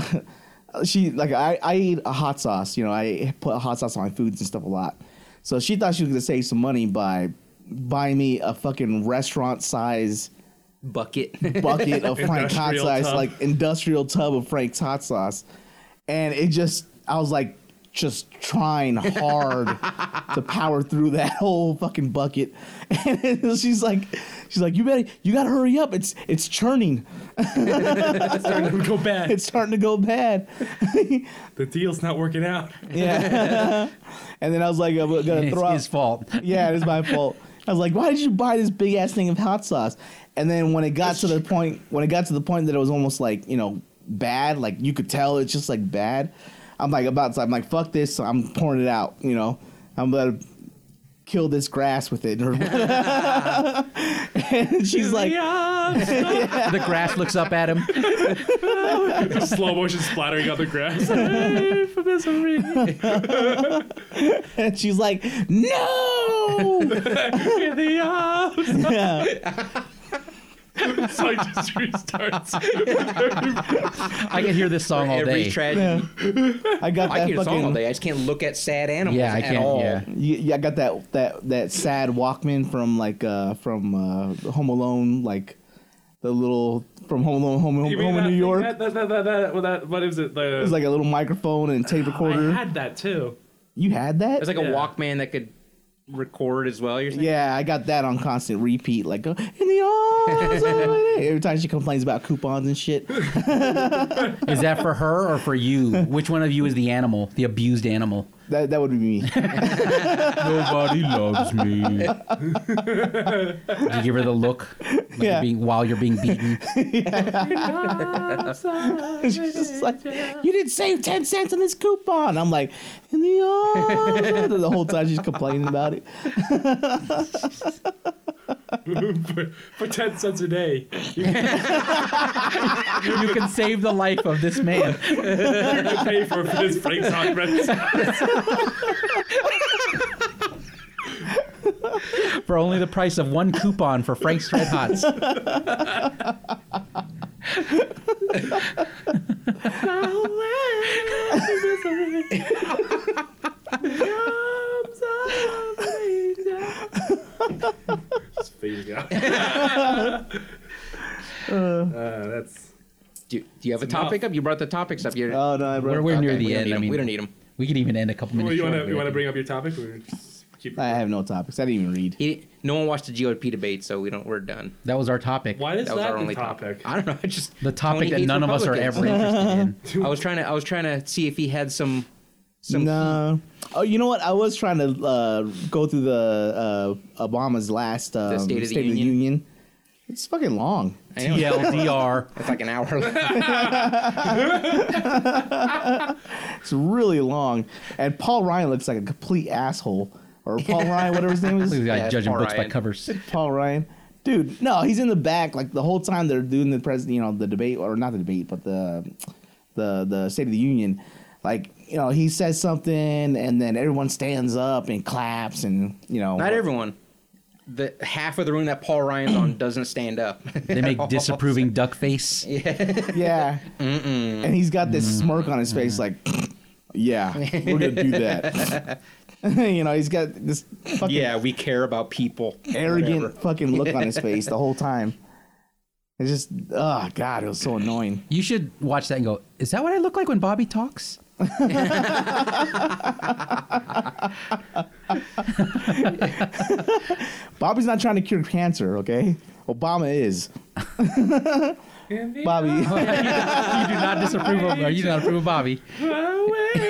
S1: She like I I eat a hot sauce. You know, I put hot sauce on my foods and stuff a lot. So she thought she was gonna save some money by buying me a fucking restaurant size
S4: Bucket.
S1: bucket of Frank's hot
S3: Industrial
S1: sauce,
S3: tub.
S1: like industrial tub of Frank's hot sauce, and it just I was like just trying hard to power through that whole fucking bucket, and she's like, she's like, you better you gotta hurry up, it's it's churning,
S3: Go bad.
S1: it's starting to go bad,
S3: The deal's not working out.
S1: yeah, and then I was like, I'm
S2: And
S1: gonna
S2: it's
S1: throw out.
S2: his fault.
S1: Yeah, it is my fault. I was like, why did you buy this big ass thing of hot sauce? And then when it got to the point, when it got to the point that it was almost like you know bad, like you could tell it's just like bad. I'm like about, to, I'm like fuck this. So I'm pouring it out. You know, I'm gonna kill this grass with it. and she's like,
S2: the grass looks up at him.
S3: Slow motion splattering on the grass.
S1: and she's like, no. yeah.
S3: so I just restarts.
S2: I could hear this song all
S4: Every
S2: day.
S4: tragedy.
S1: yeah, I got
S4: I
S1: that
S4: can hear a song all
S1: fucking.
S4: day. I just can't look at sad animals
S2: yeah, I
S4: at
S2: can't.
S4: all.
S2: Yeah.
S1: Yeah, yeah, I got that that that sad Walkman from like uh from uh Home Alone, like the little from Home Alone, Home, home,
S3: You mean
S1: in
S3: that
S1: New
S3: thing-
S1: York.
S3: That, that, that, that, that, well, that, what is it? The,
S1: It was like a little microphone and tape recorder.
S3: I had that too.
S1: you had that?
S4: There's like
S3: Yeah.
S4: a Walkman that could record as well. You're saying?
S1: yeah, I got that on constant repeat, like uh, in the arms. of it." Every time she complains about coupons and shit,
S2: Is that for her or for you? Which one of you is the animal, the abused animal?
S1: that that would be me.
S2: Nobody loves me. Did you give her the look like you're
S1: Yeah.
S2: being, while you're being beaten?
S1: She's just like, you didn't save ten cents on this coupon. I'm like, in the arms. of-" the whole time she's complaining about it.
S3: for, for 10 cents a day.
S2: You can save the life of this man.
S3: You pay for, for this Frank's hot breakfast.
S2: for only the price of one coupon for Frank's Red Hots.
S3: Just fading out. uh, that's.
S4: Do, do you have a topic up? You brought the topics up. You're,
S2: Uh,
S1: Oh no, I broke-
S2: We're, we're near
S4: Okay, we
S2: the
S4: don't
S2: end.
S4: need
S2: I
S4: 'em.
S2: mean,
S4: we don't need them.
S2: We could even end a couple
S3: Well,
S2: minutes.
S3: you want to
S2: short.
S3: you want to bring up your topic? Or just keep
S1: I have no topics. I didn't even read.
S4: no one watched the GOP debate, so we don't. We're done.
S2: That was our topic.
S3: Why
S4: That
S3: is that,
S4: was our
S3: the
S4: only topic.
S3: topic?
S4: I don't know. I just
S2: The topic
S4: Tony
S2: that
S4: hates
S2: none of us are ever
S4: Republicans.
S2: interested in.
S4: I was trying to. I was trying to see if he had some. Some.
S1: No. Oh, you know what? I was trying to uh, go through the uh, Obama's last um,
S4: State of the Union?
S1: It's fucking long.
S4: I know,
S2: TLDR.
S4: It's like an hour. Long.
S1: It's really long, and Paul Ryan looks like a complete asshole. Or Paul Ryan, whatever his name
S2: This
S1: is.
S2: guy
S4: Yeah,
S2: judging
S4: Paul
S2: books by
S4: Ryan.
S2: covers.
S1: Paul Ryan, dude. No, he's in the back like the whole time they're doing the president. You know, the debate or not the debate, but the the the State of the Union. Like you know, he says something, and then everyone stands up and claps, and you know,
S4: Not everyone. The half of the room that Paul Ryan's on doesn't stand up.
S2: They make disapproving duck face.
S1: Yeah. And he's got this smirk on his face, like, yeah, we're going to do that. you know, he's got this fucking
S4: yeah, we care about people.
S1: arrogant
S4: Whatever.
S1: fucking look on his face the whole time. It's just, oh, God, it was so annoying.
S2: You should watch that and go, is that what I look like when Bobby talks?
S1: Bobby's not trying to cure cancer, okay? Obama is.
S2: you do
S1: Bobby.
S2: not disapprove of, or you do not approve of Bobby.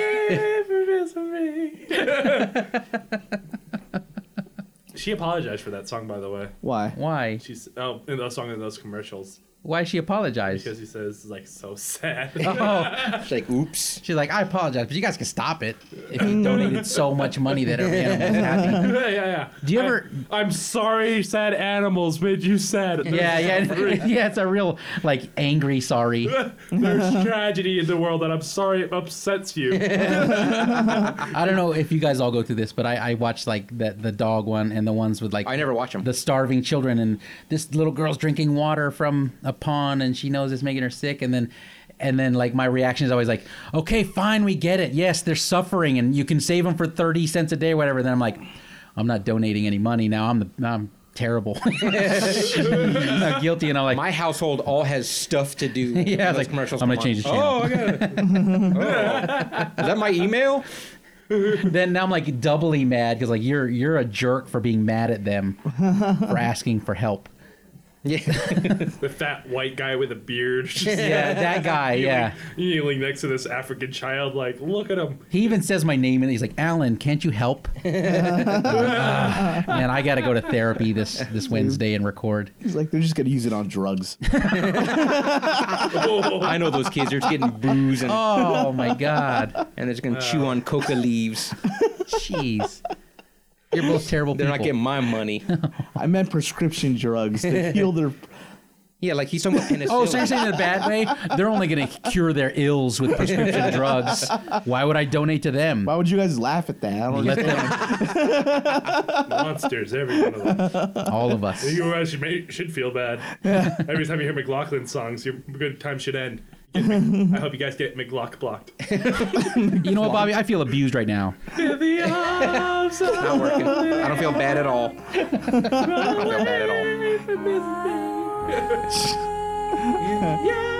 S3: she apologized for that song, by the way.
S1: Why?
S2: Why?
S3: She's oh, in those song in those commercials
S2: Why she apologized?
S3: because he says it's like so sad.
S2: Oh,
S5: It's like, oops.
S2: she's like, I apologize, but you guys can stop it if you donated so much money that every animal was happy.
S3: yeah, yeah, yeah.
S2: Do you
S3: I-
S2: ever-
S3: I'm sorry, sad animals made you sad. There's
S2: Yeah, yeah, yeah. It's a real like angry sorry.
S3: There's tragedy in the world, and I'm sorry it upsets you.
S2: I don't know if you guys all go through this, but I, I watched like the the dog one and the ones with like
S4: I never watch them.
S2: the starving children and this little girl's drinking water from a pond and she knows it's making her sick and then and then like my reaction is always like okay fine we get it yes they're suffering and you can save them for 30 cents a day or whatever then i'm like i'm not donating any money now i'm the i'm terrible i'm not guilty and i'm like
S4: My household all has stuff to do.
S2: yeah, I was
S4: Those
S2: like,
S4: commercials.
S2: I'm gonna
S4: come
S2: change the
S4: on.
S2: channel.
S4: Oh, I got it. Oh. Is that my email?
S2: then now I'm like doubly mad because like you're you're a jerk for being mad at them for asking for help.
S4: Yeah.
S3: the fat white guy with a beard. just
S2: Yeah, that guy. Yeah,
S3: kneeling next to this African child, like, look at him.
S2: he even says my name and he's like, "Alan, can't you help?" Man, I got to go to therapy this this Wednesday and record.
S1: He's like, they're just gonna use it on drugs.
S4: I know those kids. They're just getting booze and,
S2: Oh my god,
S4: and they're just gonna chew on coca leaves.
S2: jeez, you're both terrible
S4: They're
S2: people.
S4: not getting my money.
S1: I meant prescription drugs to heal their.
S4: Yeah, like he's talking about penicillin.
S2: Oh, so you're saying in a bad way? They're only going to cure their ills with prescription drugs. Why would I donate to them?
S1: Why would you guys laugh at that? I don't
S2: Let
S1: know.
S2: them,
S3: Monsters, every one of them.
S2: all of us.
S3: You guys should, make, should feel bad. Every time you hear McLaughlin songs, your good time should end. Get Mc- I hope you guys get McLaugh blocked.
S2: You know what, Bobby? I feel abused right now.
S4: not working. I don't feel bad at all. I don't feel bad at all.
S3: yeah.